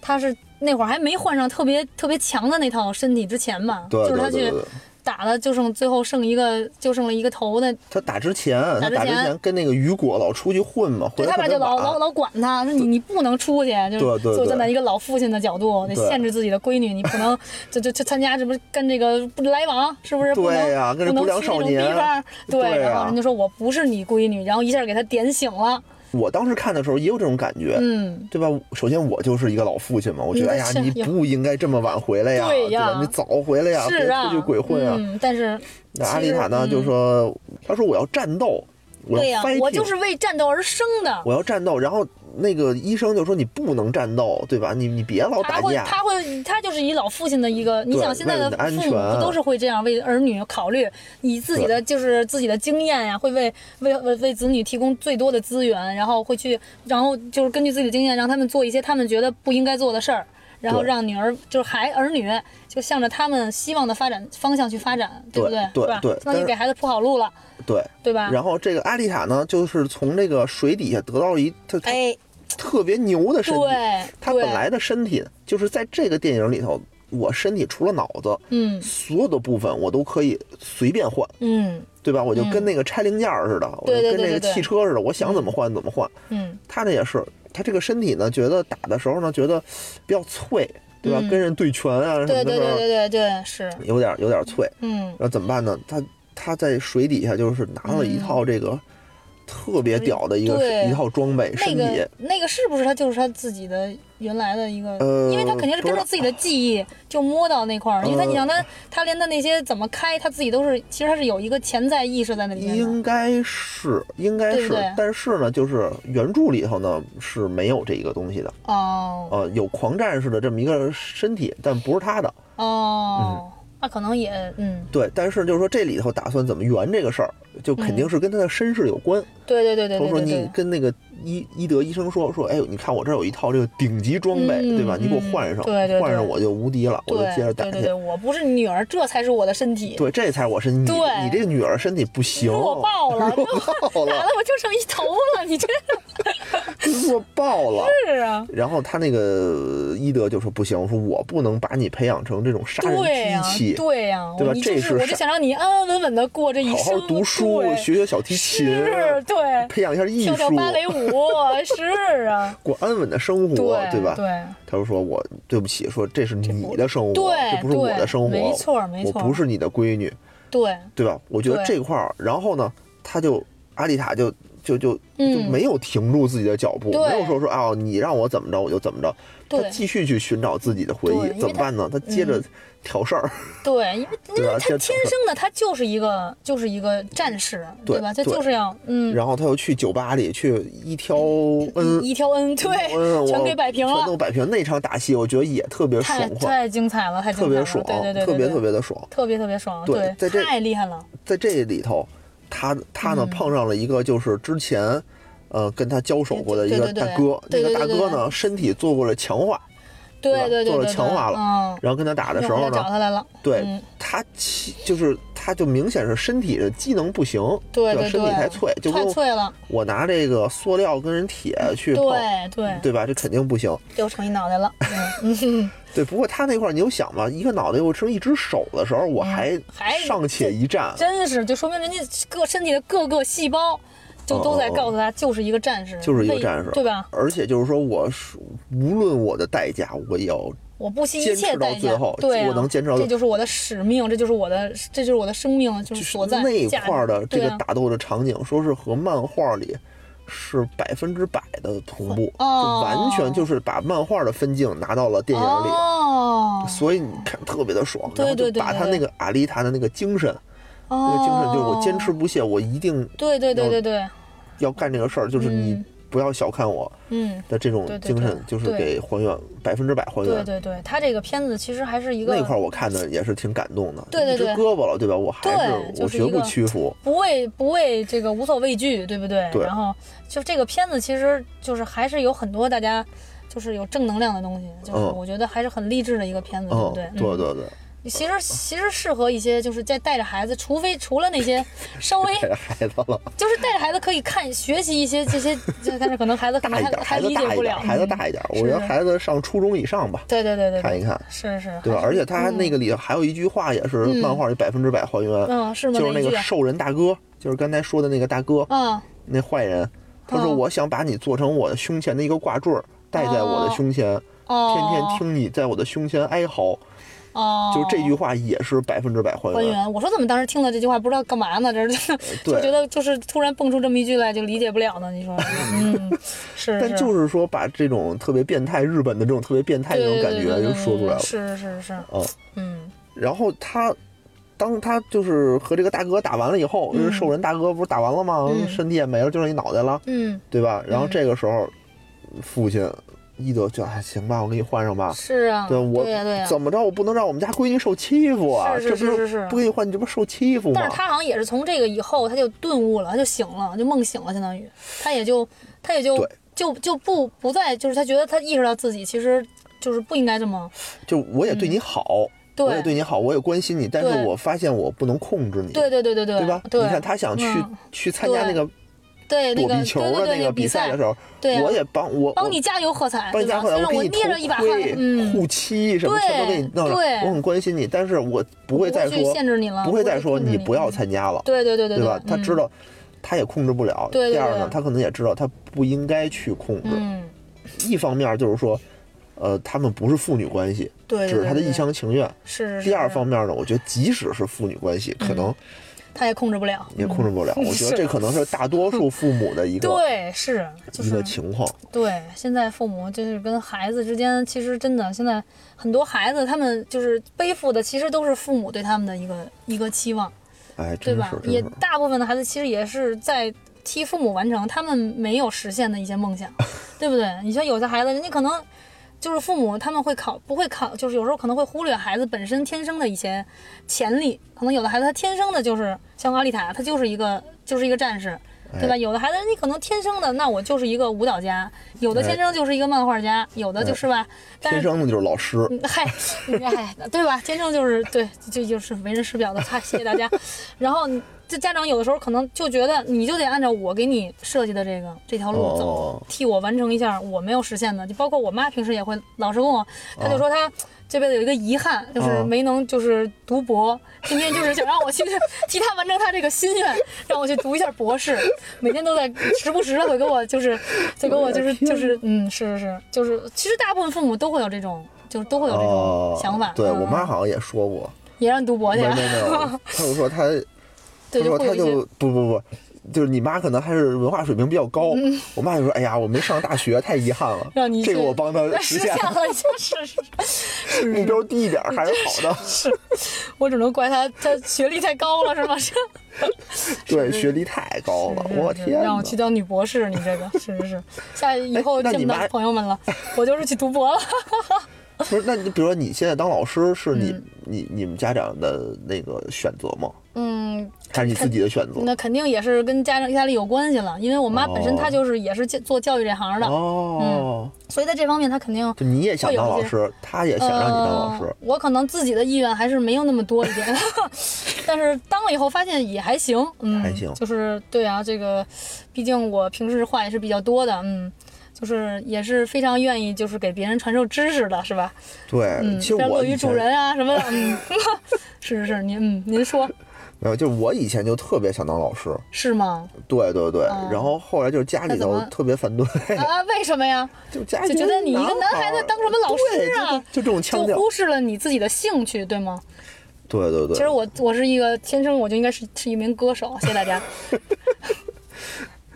B: 她是那会儿还没换上特别特别强的那套身体之前吧，
A: 对
B: 就是
A: 对
B: 她
A: 对对
B: 去
A: 对，
B: 打了，就剩最后剩一个就剩了一个头的，
A: 他打之前，他
B: 之
A: 打之
B: 前
A: 前跟那个雨果老出去混嘛，回
B: 对
A: 来
B: 他
A: 特
B: 爸
A: 别
B: 就老
A: 晚
B: 老老管他，说你你不能出去，就是
A: 啊对对
B: 就
A: 对
B: 站在一个老父亲的角度，得
A: 对
B: 限制自己的闺女，你
A: [LAUGHS]
B: 不能就就去参加这不是跟这个不来往，是不是？不能
A: 对呀跟这
B: 不
A: 不
B: 能
A: 良
B: 去这
A: 少 [LAUGHS]
B: 种
A: 年
B: 地方，对。
A: 对呀
B: 然后人家说我不是你闺女，然后一下给他点醒了，
A: 我当时看的时候也有这种感觉，
B: 嗯，
A: 对吧？首先我就是一个老父亲嘛，我觉得哎呀，
B: 是
A: 你不应该这么晚回来呀，
B: 对
A: 对
B: 呀
A: 吧？你早回哎来呀，别
B: 是啊，
A: 出去鬼混啊。
B: 嗯，但是
A: 那阿丽塔呢，
B: 其实嗯
A: 就说，她说我要战斗，我
B: 对
A: 要
B: 呀
A: fighting，、，
B: 我就是为战斗而生的。
A: 我要战斗。然后那个医生就说你不能战斗，对吧？你你别老哦打
B: 他会，
A: 架，
B: 他会，他就是以老父亲的一个，你
A: 对
B: 想现在
A: 为了你
B: 的
A: 的安
B: 父母
A: 全
B: 不都是会这样为儿女考虑，以自己的就是自己的经验呀、会为为为为子女提供最多的资源，然后会去，然后就是根据自己的经验让他们做一些他们觉得不应该做的事儿，然后
A: 对
B: 让女儿就是孩儿女就向着他们希望的发展方向去发展，对不
A: 对
B: 对
A: 对
B: 吧？
A: 对
B: 相当
A: 但
B: 于
A: 是
B: 给孩子铺好路了，
A: 对。
B: 对吧？
A: 然后这个阿丽塔呢，就是从这个水底下得到了一特
B: 哎，
A: 特别牛的身体，
B: 对，
A: 她
B: 对
A: 本来的身体就是在这个电影里头，我身体除了脑子，
B: 嗯
A: 所有的部分我都可以随便换，
B: 嗯
A: 对吧？我就跟那个拆零件儿似的，我就
B: 对对
A: 跟
B: 对
A: 那个
B: 对对
A: 汽车似的，我想怎么换怎么换。
B: 嗯
A: 他这也是，他这个身体呢，觉得打的时候呢，觉得比较脆，对吧？
B: 嗯
A: 跟人对拳啊什
B: 对
A: 么的
B: 对
A: 时
B: 对
A: 候，
B: 对对对，是，
A: 有点有点脆。
B: 嗯。
A: 然后怎么办呢？他他在水底下就是拿了一套这个特别屌的一个、
B: 对
A: 一套装备，
B: 那
A: 身体。
B: 个那个是不是他就是他自己的原来的一个？
A: 呃
B: 因为他肯定是
A: 不知
B: 根
A: 道
B: 据自己的记忆就摸到那块儿，因为他你
A: 呃
B: 想他他连他那些怎么开他自己都是，其实他是有一个潜在意识在那里面的。
A: 应该是，应该
B: 对
A: 是，
B: 不对
A: 但是呢，就是原著里头呢是没有这一个东西的，
B: 哦
A: 呃，有狂战士的这么一个身体，但不是他的。
B: 哦，那可能也嗯，
A: 对，但是就是说这里头打算怎么圆这个事儿，就肯定是跟他的身世有关。
B: 对对对嗯对
A: 他说
B: 对对
A: 你
B: 对，
A: 跟那个伊伊德医生说说，哎呦，你看我这儿有一套这个顶级装备，
B: 嗯
A: 对吧？你给我
B: 嗯
A: 换上，
B: 对对
A: 换上
B: 对
A: 我就无敌了，我就接着
B: 对
A: 打
B: 对
A: 去。
B: 对对，我不是女儿，这才是我的身体，
A: 对这才是我身体。
B: 对
A: 你这个女儿身体不行，
B: 弱爆了
A: 弱爆
B: 打
A: 了
B: [LAUGHS] 的，我就剩一头了，你这
A: 弱爆了。
B: 是
A: [LAUGHS]
B: 啊，
A: 然后他那个伊德就说不行，说我不能把你培养成这种杀
B: 对
A: 人
B: 呀
A: 机器，
B: 对呀，
A: 对吧
B: 我你就
A: 这是
B: 是我就
A: 啥
B: 想让你安安稳稳的过这一
A: 好
B: 生，
A: 好读书，
B: 对
A: 学学小提琴，
B: 是，对，
A: 培养一下艺
B: 跳跳
A: 术，
B: 芭
A: [LAUGHS]
B: 蕾舞，是啊，
A: 过安稳的生活，
B: 对
A: 吧？
B: 对
A: 他就说我对不起，说这是你的生活，
B: 对
A: 这不是我的生活，
B: 对没错没错
A: 我不是你的闺女，
B: 对，
A: 对吧？我觉得
B: 对
A: 这块儿，然后呢，他就阿丽塔就就就就
B: 嗯
A: 没有停住自己的脚步，
B: 对
A: 没有说说啊、你让我怎么着我就怎么着，
B: 对
A: 他继续去寻找自己的回
B: 对因
A: 忆，
B: 为
A: 怎么
B: 他
A: 办呢？他接着挑事儿，
B: 对，因为因
A: 对吧
B: 为他
A: 这
B: 天生的他就是一个就是一个战士，
A: 对
B: 对吧？他
A: 对
B: 就是要嗯
A: 然后他又去酒吧里去一挑恩。
B: 一挑 N，
A: 嗯，
B: 对，
A: 我
B: 全给摆平
A: 全
B: 了
A: 都，摆平。那场打戏，我觉得也特别爽
B: 太
A: 快，
B: 太精彩了，太精
A: 特
B: 彩
A: 别
B: 了，
A: 爽，
B: 对对对，
A: 特别
B: 对
A: 特别的爽。
B: 特别特别爽，
A: 对
B: 对，
A: 在这
B: 太厉害了，
A: 在这里头，他他呢
B: 嗯
A: 碰上了一个就是之前，呃，跟他交手过的一个
B: 对对对
A: 大哥，那
B: 对
A: 个
B: 对
A: 大
B: 对对
A: 哥呢身体做过了强化，
B: 对对对
A: 做
B: 对
A: 了
B: 对，
A: 强化了
B: 嗯，
A: 然后跟他打的时
B: 一会儿
A: 候
B: 要找
A: 呢，
B: 他来了，
A: 对
B: 嗯，
A: 他其就是他就明显是身体的机能不行，
B: 对
A: 吧
B: 对
A: 身体
B: 对
A: 太脆，就
B: 太
A: 跟
B: 脆了，
A: 我拿这个塑料跟人铁去碰，
B: 嗯对对，
A: 对吧？这肯定不行。
B: 又成一脑袋了，嗯嗯，
A: 对，不过他那块儿你就想吧，一个脑袋又剩一只手的时候，我还
B: 嗯还
A: 尚且一战，
B: 真是，就说明人家各身体的各个细胞就都在告诉他，就是一个战士，
A: 哦就是一个
B: 为
A: 战士
B: 对吧？
A: 而且就是说，我是无论我的代价，我也要
B: 我不惜一
A: 坚
B: 切
A: 持到
B: 代价，
A: 最后
B: 对啊、
A: 我能坚持到最后
B: 这就是我的使命，这就是我的，这就是我的生命，就
A: 就是是
B: 所嗯在
A: 那一
B: 价值
A: 块儿的这
B: 对
A: 个
B: 啊
A: 打斗的场景，说是和漫画里是百分之百的同步，
B: 哦
A: 就完全就是把漫画的分镜拿到了电影里，
B: 哦，
A: 所以你看特别的爽，
B: 对对对
A: 然后就把
B: 对
A: 他
B: 对
A: 那个阿丽塔的那个精神，那
B: 那
A: 个精神就是我坚持，不懈，我一定
B: 哦对对对对对，
A: 要干这个事儿，就是你
B: 嗯
A: 不要小看我
B: 嗯。
A: 的这种
B: 对对
A: 精神
B: 对，
A: 就是
B: 对
A: 给还原百分之百还
B: 对
A: 原。
B: 对对，他这个片子其实还是一个
A: 那块儿我看的也是挺感动的，
B: 对对对
A: 一只胳膊了，对吧？我还
B: 对
A: 我
B: 就是
A: 绝
B: 一
A: 不
B: 个
A: 屈服。
B: 不畏不畏这个无所畏惧，对不对？
A: 对
B: 然后就这个片子其实就是还是有很多大家就是有正能量的东西，就是
A: 嗯
B: 我觉得还是很励志的一个片子，对
A: 嗯
B: 不对？，
A: 对对对，
B: 嗯其实其实适合一些就是在带着孩子，除非除了那些稍
A: [LAUGHS]
B: 微
A: 带着孩子了。
B: 就是带着孩子可以看学习一些这些，这但是可能孩子可
A: 大
B: 能
A: 一
B: 还
A: 点儿，
B: 还
A: 孩子
B: 理解
A: 大一
B: 不
A: 点
B: 了，
A: 儿，孩子
B: 嗯
A: 大一点儿。
B: 是
A: 我觉得孩子上初中以上吧，
B: 对对对对，对
A: 看一看，
B: 是是，嗯
A: 对吧？
B: 还
A: 而
B: 是
A: 且他那个里头还有一句话也是漫画里百分之百还原，
B: 嗯是吗？
A: 就是那
B: 一
A: 个
B: 句
A: 兽人大哥，就是刚才说的那个大哥，
B: 啊，
A: 那坏人，他说
B: 嗯
A: 我想把你做成我的胸前的一个挂坠儿，戴在我的胸前，天
B: 哦，
A: 天听你在我的胸前哀嚎。
B: 哦，
A: 就是这句话也是百分之百还
B: 还
A: 原。
B: 原。我说怎么当时听了这句话不知道干嘛呢？这是就觉
A: 对，
B: 得就是突然蹦出这么一句来就理解不了呢。
A: [LAUGHS]
B: 你说，嗯，是，
A: 但就是说把这种特别变态日本的这种特别变态
B: 对
A: 这种
B: 对
A: 感
B: 对
A: 觉
B: 对
A: 就
B: 对
A: 说出来了。
B: 是是是，
A: 嗯，
B: 嗯，
A: 然后他当他就是和这个大哥打完了以后，
B: 嗯
A: 因为兽人大哥不是打完了吗？
B: 嗯
A: 身体也没了，就剩一脑袋了，
B: 嗯，
A: 对吧？然后
B: 嗯
A: 这个时候，父亲一德就哎行吧，我给你换上吧。
B: 是啊，
A: 对我
B: 对呀对呀。
A: 怎么着？我不能让我们家闺女受欺负啊！
B: 是是
A: 这不
B: 是是是
A: 不给你换，你这不受欺负吗？
B: 但是他好像也是从这个以后，他就顿悟了，他就醒了，就梦醒了，相当于他也就他也就
A: 对
B: 就就不不再就是他觉得他意识到自己其实就是不应该这么
A: 就我也对你好，
B: 对
A: 我也对你好，我也关心你，但是
B: 嗯对
A: 我发现我不能控制你，
B: 对对对对对对
A: 吧？
B: 对
A: 你看他想去、
B: 嗯
A: 去参加那
B: 对
A: 个
B: 对那
A: 躲
B: 个
A: 避球
B: 对对
A: 的
B: 对
A: 那个比赛
B: 赛
A: 的时候，
B: 对啊
A: 我也帮我
B: 帮你。加油喝彩，
A: 我帮你
B: 对
A: 加
B: 吧？
A: 回
B: 虽
A: 来，
B: 然
A: 我给
B: 我
A: 你
B: 捏着一把汗
A: 头盔、，
B: 嗯，
A: 护膝什么
B: 对
A: 全都给你弄上，
B: 对
A: 我很关心你，但是我不会再
B: 不会
A: 说
B: 去，限制你了，
A: 不会再
B: 去
A: 说
B: 控制
A: 你
B: 你
A: 不要参加了，
B: 对对对对嗯
A: 对吧？他知，道，他也控制不了。
B: 对对
A: 第二
B: 对
A: 呢，他可能也知道他不应该去控制。
B: 嗯，嗯
A: 一方面就是说，呃，他们不是父女关系，
B: 对，
A: 只是他的一
B: 对对
A: 厢情愿。
B: 是是是
A: 第二方面呢，我觉得即使是父女关系，可能
B: 他也控制不了，
A: 也控制不了。
B: 嗯
A: 我觉得
B: 是
A: 这可能是大多数父母的一个
B: [LAUGHS] 对是就
A: 一个
B: 是
A: 情况。
B: 对，现在父母就是跟孩子之间，其实真的现在很多孩子他们就是背负的，其实都是父母对他们的一个一个期望，
A: 哎，
B: 对
A: 真
B: 吧
A: 是？真
B: 也
A: 是。
B: 大部分的孩子其实也是在替父母完成他们没有实现的一些
A: [LAUGHS]
B: 梦想，对不对？你像有些孩子，人家可能就是父母他们会考不会考，就是有时候可能会忽略孩子本身天生的一些潜力，可能有的孩子他天生的就是像阿丽塔，他就是一个就是一个战士。
A: 哎
B: 对吧？有的孩子你可能天生的，那我就是一个舞蹈家；有的天生就是一个漫画家，有的就是吧。但
A: 哎天
B: 是
A: 生的就是老师，
B: 嗯 [LAUGHS] 嗨，嗨，对吧？天生就是对，这就是为人师表的。嗨，谢谢大家。然后你这家长有的时候可能就觉得你就得按照我给你设计的这个这条路走，
A: 哦
B: 替我完成一下我没有实现的。就包括我妈平时也会老是跟我，她就说她。这辈子有一个遗憾，就是
A: 哦
B: 没能就是读博。今天就是想让我去替她完成她这个心愿，让我去读一下博士。每天都在时不时的会给我就是，就给我就是就是嗯，是是是，就是其实大部分父母都会有这种，就是都会有这
A: 哦
B: 种想法。
A: 对
B: 嗯
A: 我妈好像也说
B: [LAUGHS]
A: 过，
B: 也让你读博去
A: 没
B: 啊
A: 没，没有，
B: [LAUGHS]
A: 她就说她，她
B: 对，
A: 说
B: 就会
A: 她
B: 有一些
A: 就不不不。就是你妈可能还是文化水平比较高， [LAUGHS] 我妈就说：“哎呀，我没上大学，太遗憾了。
B: 嗯让你
A: 这个
B: 去
A: 我帮她呃实
B: 实
A: 现
B: 现
A: 了，
B: 了，就是是是
A: 目
B: 是
A: 标低一点还是好的。
B: 是，我只能怪他，他学历太高了，是 [LAUGHS] 吗？是。
A: 对，学历太高了，
B: 是
A: 我
B: 是
A: 天哪！哎
B: 让我去当女博士，你这个是是 [LAUGHS] 是，下以后
A: 那
B: 见
A: 你
B: 不
A: 妈
B: 到朋友们了，我就是去读博了。
A: 不是，那你比如说你现在当老师，是你、你你们家长的那个选择吗？
B: [LAUGHS] 嗯，
A: 还是你自己的选择？
B: 那肯定也是跟家长压力有关系了，因为我妈本身她就是也是教做教育这行的，
A: 哦，
B: 所以在这方面她肯定
A: 就你也想当老师，他也想让你当老师
B: 呃。我可能自己的意愿还是没有那么多一点， [LAUGHS] 但是当了以后发现也还行，嗯，
A: 还行
B: 就是对啊，这个，毕竟我平时话也是比较多的，嗯，就是也是非常愿意就是给别人传授知识的，是吧？
A: 对，
B: 嗯，
A: 其
B: 非
A: 实
B: 常
A: 我
B: 乐
A: 以
B: 于助
A: 前
B: 人啊什么的，
A: [LAUGHS]
B: 嗯， [LAUGHS] 是是是，您嗯您说
A: 没有，就是我以前就特别想当老师，
B: 是吗？
A: 对对对。
B: 嗯
A: 然后后来就是家里
B: 那怎
A: 头
B: 么
A: 特别反对，
B: 啊，为什么呀？
A: 就家里
B: 就觉得你一个男
A: 孩
B: 孩
A: 儿
B: 子当什么老师
A: 对
B: 啊？
A: 就就这种
B: 就
A: 腔调。
B: 忽视了你自己的兴趣，对吗？
A: 对对对。
B: 其实我我是一个天生我就应该是是一名歌手，谢谢大家。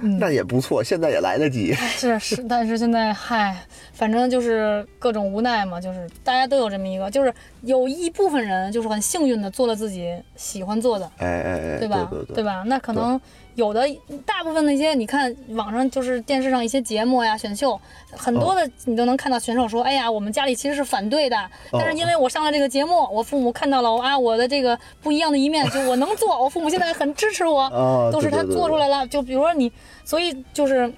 A: 那也不错，现在也来得及。
B: [LAUGHS] 是是，但是现在嗨，反正就是各种无奈嘛，就是大家都有这么一个，就是有一部分人就是很幸运的做了自己喜欢做的，
A: 哎哎哎，对
B: 吧？
A: 对
B: 吧？那可能有的大部分那些，你看网上就是电视上一些节目呀、选秀，很
A: 哦
B: 多的你都能看到选手说：“哎呀，我们家里其实是反对的，
A: 哦
B: 但是因为我上了这个节目，我父母看到了我啊我的这个不一样的一面，就我能做，我父母现在很支持我。”
A: 啊，
B: 都是
A: 对
B: 他
A: 对对
B: 做出
A: 对
B: 来了。就比如说你，所以就是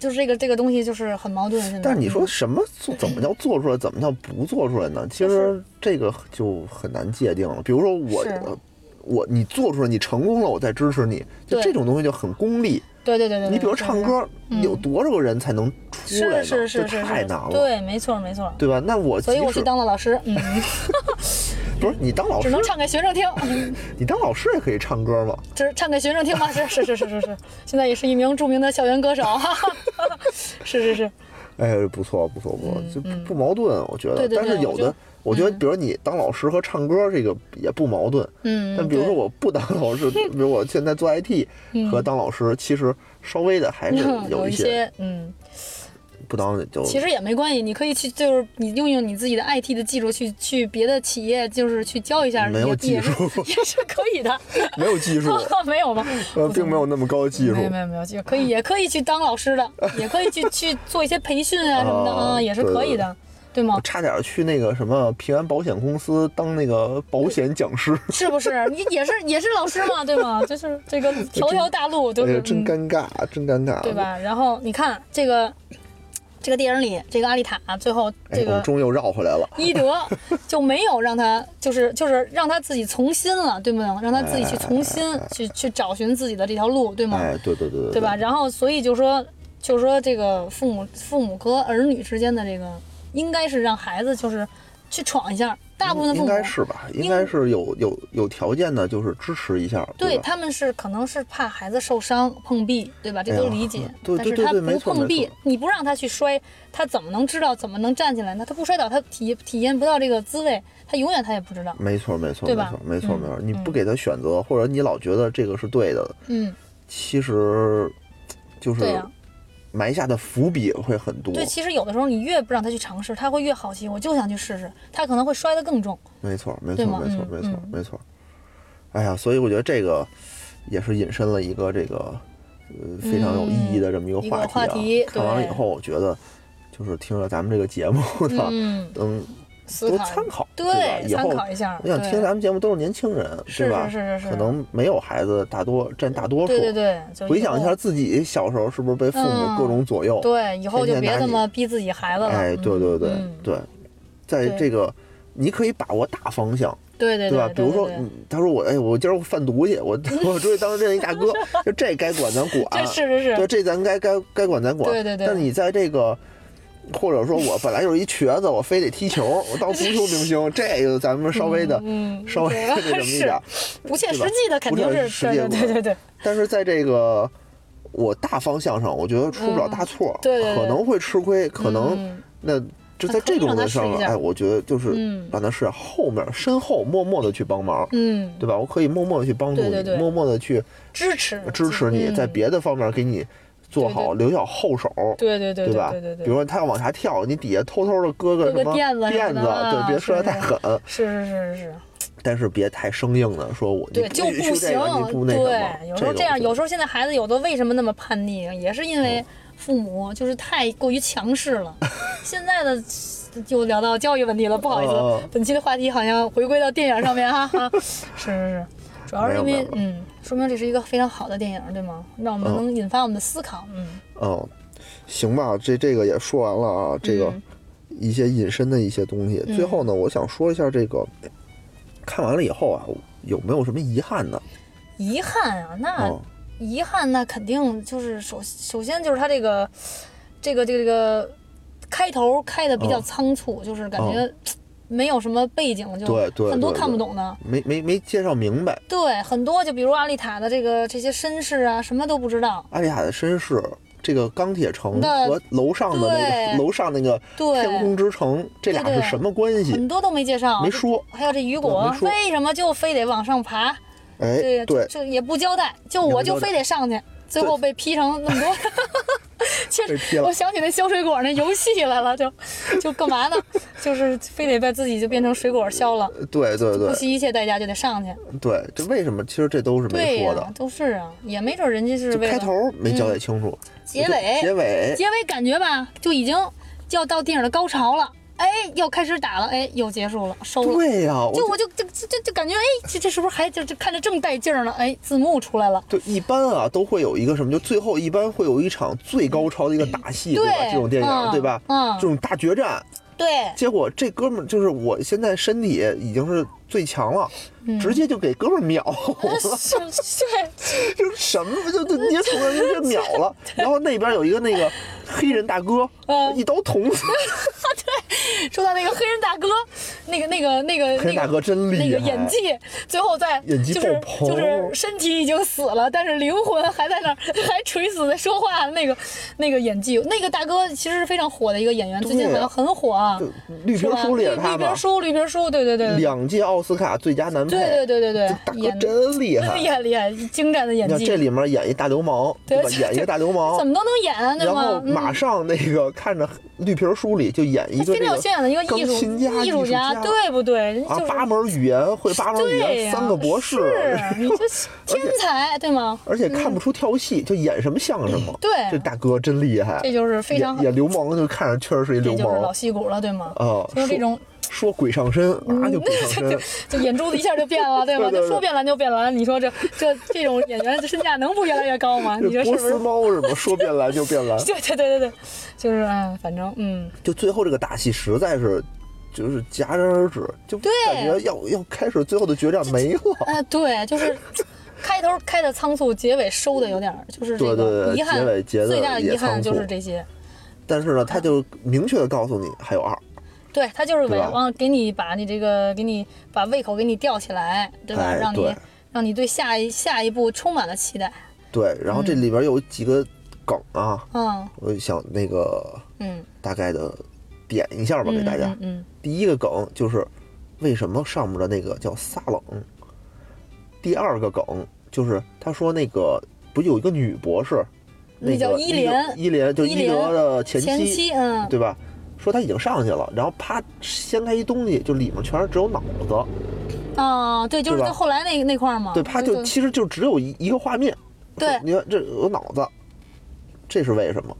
B: 就是这个这个东西就是很矛盾。现在，
A: 但是你说什么做怎么叫做出来，怎么叫不做出来呢？其实这个就很难界定了。比如说我
B: 是，
A: 呃我你做出来，你成功了，我再支持你，就
B: 对
A: 这种东西就很功利。
B: 对对对对，
A: 你
B: 嗯对啊嗯
A: 比如唱，歌，有多少个人才能出来
B: 是
A: 呢？
B: 是是是
A: 这
B: 是，
A: 太
B: 是
A: 难了，
B: 对，没错没错。
A: 对吧？那我
B: 所以
A: 即
B: 我
A: 使
B: 去当了老师，嗯，
A: 不是你当老
B: 只
A: 师
B: 能，唱给学生听，嗯
A: 你当老师也可以唱歌嘛？
B: 只是唱给学生听吧。是是是是是是，现在也是一名著名的校园歌手， [LAUGHS] 哈哈哈是是是，
A: 哎，不错不错不错，就不不矛盾，我觉得。
B: 嗯对对对
A: 但是有
B: 我觉
A: 的
B: 得
A: 我觉得，比如你当老师和唱歌这个也不矛盾，
B: 嗯，
A: 但比如说
B: 对
A: 我不当老
B: [LAUGHS]
A: 师，比如我现在做 IT 和当老师，其实稍微的还是
B: 嗯有
A: 一
B: 一些嗯，
A: 不当的就
B: 其实也没关系，你可以去就是你用用你自己的 IT 的技术去去别的企业就是去教一下，
A: 没有
B: 也
A: 技术
B: 也是 [LAUGHS] 也是可以的，
A: 没有
B: [LAUGHS]
A: 技术，
B: 没有吗？
A: 呃，并没有那么高的技术
B: 没有。没有没有，也可以也可以去当老师的，也可以去去做一些培训啊什么的
A: 啊
B: 啊，也是
A: 对
B: 可
A: 对
B: 以的，对吗
A: 我？差点去那个什么平安保险公司当那个保险讲师，
B: 是不是？你也是也是老师嘛，对吗？就是这个条条大路都
A: 哎
B: 是
A: 呀，真尴
B: 嗯
A: 尬，真尴尬，啊
B: 对？吧？然后你看这个这个电影里，这个阿丽塔最后
A: 哎，
B: 这
A: 我们
B: 个
A: 终于又绕回来了。
B: 伊德就没有让他就是就是让他自己从新了，对吗？让他自己去从新去去找寻自己的这条路，对吗？
A: 哎，对对对对，
B: 嗯对吧？？然后所以就说就说这个父母父母和儿女之间的这个，应该是让孩子就是去闯一下，大部分的父
A: 应
B: 母
A: 该是吧？应
B: 应
A: 该是有有有条件的，就是支持一下，
B: 对
A: 吧？
B: 他们是可能是怕孩子受伤碰壁，对吧？这
A: 哎呀
B: 都理解。
A: 对对对对
B: 但
A: 没
B: 是
A: 错
B: 他不
A: 没
B: 碰壁
A: 错，
B: 你不让他去摔，他怎么能知道怎么能站起来呢？他不摔倒，他体体验不到这个滋味，他永远他也不知道。
A: 没错，没错，没
B: 对吧
A: 错，没错，
B: 嗯
A: 没错。你不给他选择，或者你老觉得这个是对的，
B: 嗯，
A: 其实就
B: 对
A: 是
B: 呀、
A: 埋下的伏笔会很多。
B: 对，其实有的时候你越不让他去尝试，他会越好奇，我就想去试试，他可能会摔得更重。
A: 没错，没错，
B: 对吗
A: 没错，
B: 嗯
A: 没错
B: 嗯，
A: 没错。哎呀，所以我觉得这个也是引申了一个这个呃非常有意义的这么一个
B: 嗯一个
A: 话题啊。
B: 话题
A: 看完了以
B: 对
A: 后，我觉得就是听了咱们这个节目呢， [LAUGHS]
B: 嗯，
A: 嗯，
B: 思
A: 多
B: 考
A: 参考，吧？
B: 对，
A: 以
B: 参
A: 后
B: 考一下。
A: 我想
B: 对
A: 听咱们节目都是年轻人，
B: 是
A: 对吧？
B: 是是是是
A: 可能没有孩子，大多占大多数。
B: 对对对，就
A: 回
B: 以后
A: 想一下，自己小时候是不是被父母
B: 嗯
A: 各种左右？
B: 对，以后就
A: 天天
B: 别
A: 拿
B: 这
A: 你
B: 么逼自己孩子了。
A: 哎，对对对、
B: 嗯
A: 对，在
B: 对
A: 这个你可以把握大方向，
B: 对对
A: 对吧？比如说
B: 对，
A: 嗯他说我哎，我今儿我贩毒去，
B: [LAUGHS]
A: 我我出去当认一大哥，就这该管咱管，
B: 这是是是，
A: 对，这咱该该该管咱管。
B: 对对对
A: 但你在这个。或者说我本来就是一瘸子，我非得踢球，我当足球明星，这个咱们稍微的、
B: 嗯，
A: 稍微的 [LAUGHS] 那
B: 对
A: 什么一点儿，
B: 不切
A: 对
B: 实
A: 吧
B: 际的肯
A: 不
B: 定
A: 切
B: 是，
A: 实际的
B: 对对对对对，
A: 但是在这个我大方向上，我觉得出不了大错，
B: 嗯对对对
A: 可能会吃亏，可能、
B: 嗯
A: 那就在这种的上面，
B: 可以让他试一下
A: 哎，我觉得就是
B: 嗯
A: 让他是后面身后默默的去帮忙，
B: 嗯
A: 对吧？我可以默默的去帮助你，
B: 对对对
A: 默默的去
B: 支持
A: 支持你，
B: 嗯
A: 在别的方面给你做好留小后手。
B: 对对对
A: 吧？
B: 对对对，
A: 比如说他要往下跳，你底下偷偷的搁个
B: 搁个
A: 什么
B: 垫子什么的啊
A: 对，别摔得
B: 是
A: 太狠，
B: 是是是是，
A: 但是别太生硬的说我
B: 对
A: 你
B: 就
A: 不
B: 不
A: 许这
B: 行
A: 个，你不，那什么
B: 对，有时候
A: 个
B: 这样，
A: 我觉得
B: 有
A: 嗯
B: 时候现在孩子有的为什么那么叛逆，啊也是因为父母就是太过于强势
A: [LAUGHS]
B: 了。现在的又聊到教育问题了，不好意
A: 哦
B: 思，本期的话题好像回归到电影上面哈
A: [LAUGHS]
B: 哈，是是是。主要是因
A: 没有
B: 为
A: 没，
B: 嗯，说明这是一个非常好的电影，对吗？让我们
A: 嗯
B: 能引发我们的思考，嗯，
A: 嗯，行吧，这这个也说完了啊，这个
B: 嗯
A: 一些引申的一些东西。最后呢，我想说一下这个，看完了以后啊，有没有什么遗憾呢？
B: 遗憾啊，那
A: 嗯，
B: 遗憾，那肯定就是首首先就是他这个这个这个这个开头开的比较
A: 嗯
B: 仓促，就是感觉没有什么背景，就
A: 哦对对
B: 很多
A: 对
B: 看不
A: 对
B: 懂的。
A: 没没没介绍明白，
B: 对，很多就比如阿丽塔的这个这些身世啊，什么都不知道。
A: 阿丽塔的身世，这个钢铁城
B: 那
A: 和楼上的那
B: 对
A: 个楼上那个天
B: 对，
A: 空之城，这俩
B: 对
A: 是
B: 对
A: 什么关系？
B: 很多都没介绍，
A: 没说。
B: 还有这雨
A: 对
B: 果
A: 没说
B: 为什么就非得往上爬？
A: 哎，
B: 对
A: 对，
B: 就也不交代，就我就非得上去，最后被劈成那
A: [LAUGHS]
B: 么多。确
A: 被劈
B: 实，
A: 了
B: 我想起那削水果那游戏来了，就就干嘛呢？就是非得把自己就变成水果削了，
A: 对对
B: 不
A: 对
B: 惜一切代价就得上去。
A: 对，这为什么？其实这都是
B: 对
A: 没
B: 呀、
A: 说的，
B: 都是啊，也没准人家是
A: 就
B: 为
A: 开
B: 了
A: 头没交代清楚，
B: 结
A: 就
B: 尾，
A: 结尾
B: 结尾感觉吧，就已经就要到电影的高潮了，哎，要开始打了，哎，又结束了，收了。
A: 对呀，我
B: 就我就就就就就感觉哎，这这是不是还就就看着正带劲儿呢？哎，字幕出来了，
A: 对，一般啊都会有一个什么，就最后一般会有一场最高潮的一个打戏，对吧？
B: 对
A: 这种电影，
B: 嗯
A: 对吧？
B: 嗯
A: 这种大决战，
B: [LAUGHS] 对，
A: 结果这哥们儿就是我现在身体已经是最强了，
B: 嗯
A: 直接就给哥们儿
B: [LAUGHS]
A: 秒了，
B: 是
A: [LAUGHS]
B: 对，
A: 就是什么就就捏出来就
B: [LAUGHS]
A: 给秒了。然后那边有一个那个黑人大哥，
B: 嗯
A: 一刀捅死，
B: 说到那个黑人大哥，那个那个那个
A: 黑人大哥真厉害
B: 那个演技，最后在
A: 演技
B: 就是
A: 爆棚
B: 就是身体已经死了，但是灵魂还在那儿， [LAUGHS] 还垂死在说话的那个那个演技，那个大哥其实是非常火的一个演员，最近好像很火啊，
A: 就绿
B: 是
A: 皮
B: 吧？
A: 书里
B: 绿
A: 也是
B: 绿
A: 他
B: 皮
A: 嘛，
B: 书，绿皮书，对对对，对
A: 两届奥斯卡最佳男配，
B: 对对对
A: 这
B: 对
A: 大
B: 对，
A: 哥
B: 演的
A: 真厉害。
B: 厉害厉害，精湛的演
A: 你看
B: 技
A: 这，里面演一大流氓，
B: 对
A: 对吧？
B: 这
A: 演一个大流
B: [LAUGHS] 怎
A: 氓，
B: 么都能演，对
A: 然
B: 吗
A: 后？
B: 嗯
A: 马上那个看着绿皮书里就演一个
B: 非
A: 这
B: 常有
A: 个
B: 修养的一个艺
A: 钢
B: 术
A: 琴家
B: 艺
A: 艺术
B: 家，
A: 家
B: 对不对？人
A: 啊
B: 就是
A: 八门语言，会八门语
B: 对
A: 言，
B: 呀
A: 三个博士，
B: 是你这是
A: 而且
B: 天才对吗？
A: 而且看不出跳戏，就演什么像什么。
B: 嗯对
A: 这大哥真厉害，
B: 这就是非常
A: 演演流氓，就看着确实是一
B: 这
A: 流
B: 就是
A: 氓
B: 老戏骨了对吗？
A: 啊。
B: 就是这种，嗯
A: 说说鬼上身啊，就鬼上
B: [LAUGHS]
A: 身，
B: 就眼珠子一下就变了，对吗？
A: 对对
B: 就
A: 对
B: 说变蓝就变蓝，你说这这这种演员的身价能不越来越高吗？你说
A: 这波
B: 是不是。
A: 斯？猫是 [LAUGHS] 吧？说变蓝就变蓝
B: [LAUGHS] 对对对对对，就是哎，反正嗯，
A: 就最后这个打戏实在是，就是戛然而止，就
B: 对
A: 感觉要要开始最后的决战没了。
B: 啊、 [LAUGHS] 对，就是开头开的仓促，结尾收的有点儿，就是这
A: 对对
B: 个
A: 对
B: 遗憾，
A: 结尾结得
B: 最大的
A: 也
B: 遗憾
A: 仓促
B: 就是这些。
A: 但是呢，他就明确的告诉你还有二，
B: 对他就是为
A: 对吧
B: 了往给你把你这个给你把胃口给你吊起来，对吧？
A: 哎
B: 让你
A: 对
B: 让你对下一下一步充满了期待。
A: 对，然后这里边有几个梗啊，
B: 嗯
A: 我想那个
B: 嗯，
A: 大概的点一下吧，给大家。
B: 嗯嗯
A: 第一个梗就是为什么上面的那个叫撒冷，第二个梗就是他说那个不有一个女博士，
B: 那
A: 那
B: 叫
A: 个
B: 伊莲
A: 伊莲就
B: 伊
A: 伊
B: 莲
A: 德的
B: 嗯
A: 前
B: 前
A: 妻，
B: 期嗯
A: 对吧？说他已经上去了，然后啪掀开一东西，就里面全是只有脑
B: 哦
A: 子，
B: 啊对，就是
A: 对吧
B: 在后来那那块儿嘛，
A: 对，啪就其实就只有一一个画面，
B: 对
A: 你看这有脑子，这是为什么？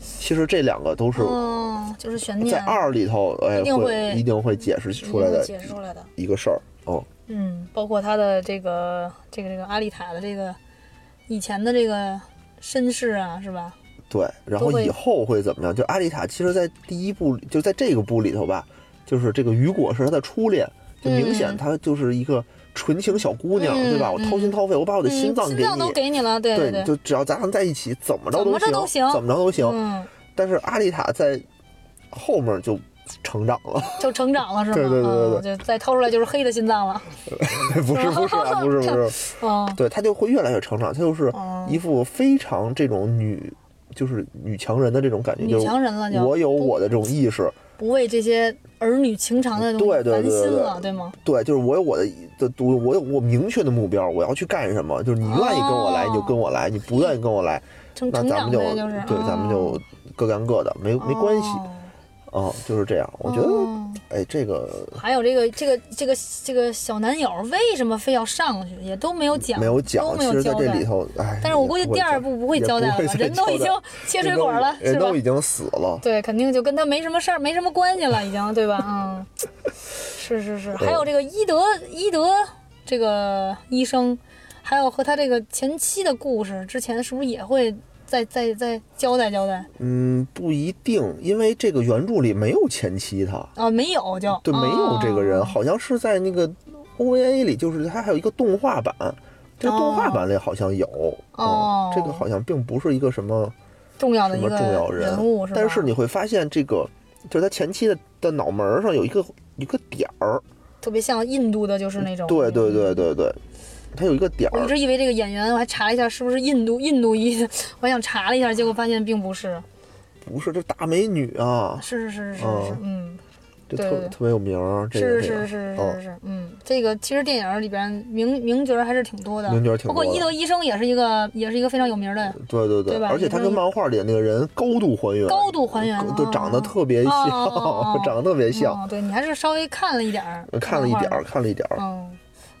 A: 其实这两个都是
B: 嗯就是悬念
A: 在二里头，哎，
B: 一定
A: 会
B: 会
A: 一定会解释
B: 一定
A: 出来
B: 会
A: 的
B: 解释出来的，
A: 一个事儿，哦，
B: 嗯，包括他的这个这个这个阿丽塔的这个以前的这个身世啊，是吧？
A: 对，然后
B: 都会
A: 以后会怎么样？就阿丽塔，其实，在第一部里就在这个部里头吧，就是这个雨果是她的初恋，就明显
B: 嗯
A: 她就是一个纯情小姑娘，
B: 嗯
A: 对吧？我掏心掏肺，我把我的
B: 嗯
A: 心脏给
B: 心脏
A: 你
B: 都，给你了，对
A: 对，
B: 对，
A: 就只要咱俩在一起，怎么着
B: 怎么着
A: 都
B: 都行
A: 怎么着都行。
B: 嗯，
A: 但是阿丽塔在后面就成长了， [LAUGHS]
B: 就成长了是吗？
A: 对对对对
B: 嗯就再掏出来就是黑的心脏了，
A: 不是不是啊，不是不
B: [LAUGHS]
A: 是，
B: 嗯。
A: 对她就会越来越成长，她就是
B: 哦
A: 一副非常这种女。就是女强人的这种感觉，
B: 女
A: 就是
B: 强人了就
A: 我有
B: 不
A: 我的这种意识，
B: 不为这些儿女情长的东
A: 对
B: 西
A: 对
B: 烦
A: 对
B: 心
A: 对
B: 了，对吗？
A: 对，就是我有我的的，我我有我明确的目标，我要去干什么。就是你愿意跟我来，你就跟我来；你不愿意跟我来，
B: 成
A: 那
B: 成
A: 咱
B: 长
A: 们就
B: 呗，就是
A: 对，咱们就各干各的，没没关系啊、
B: 哦
A: 就是这样。我觉得，
B: 哦
A: 哎，这个
B: 还有这个这个这个这个小男友为什么非要上去，也都没有讲，
A: 没有
B: 都
A: 讲，
B: 没
A: 其
B: 有
A: 实
B: 交
A: 在
B: 代。
A: 这里头，哎，
B: 但是我估计
A: 也不会
B: 第二
A: 讲
B: 部不会
A: 也
B: 交代
A: 不会
B: 了吧，
A: 再
B: 人都已
A: 交
B: 经
A: 代
B: 切
A: 人
B: 水
A: 都
B: 果
A: 已
B: 了，是
A: 人
B: 吧
A: 都？已经死了。
B: 对，肯定就跟他没什么事儿，没什么关系了，已经，对吧？嗯，是是是。还有这个伊德伊德这个医生，还有和他这个前妻的故事，之前是不是也会再再再交代交代？
A: 嗯，不一定，因为这个原著里没有前妻他，
B: 啊，没有就
A: 对，没有这个人，
B: 哦
A: 好像是在那个 OVA 里，就是它还有一个动画版，这个动画版里好像有，
B: 哦
A: 嗯，这个好像并不是一个什么
B: 重要的
A: 什
B: 一
A: 么
B: 个
A: 重要
B: 人物是吧？
A: 但是你会发现这个，就是他前期的的脑门儿上有一个有一个点儿，
B: 特别像印度的，就是那种嗯
A: 对对。对对对，他有一个点
B: 我一
A: 儿，
B: 直以为这个演员，我还查了一下是不是印度印度裔的，我还想查了一下，结果发现并不是，
A: 不是这大美女啊，
B: 是是是是是，
A: 哦
B: 嗯。
A: 这
B: 对
A: 特
B: 对对
A: 特别有名儿，这
B: 是
A: 个
B: 是
A: 这
B: 是
A: 个
B: 是
A: 哦
B: 是是，嗯，这个其实电影里边名名角儿还是挺多的，
A: 名角儿挺
B: 包括
A: 多
B: 伊
A: 的
B: 德医生也是一个也是一个非常有名的，
A: 对对
B: 对吧
A: 而且他
B: 你
A: 跟
B: 说
A: 漫画里的那个人高度还原，
B: 高度还原
A: 高
B: 啊，
A: 都长得特别像，
B: 哦哦哦哦
A: [LAUGHS] 长得特别像。嗯
B: 哦，对你还是稍微看了一点儿，
A: 看了一
B: 漫画
A: 点儿，看了一点儿。
B: 嗯，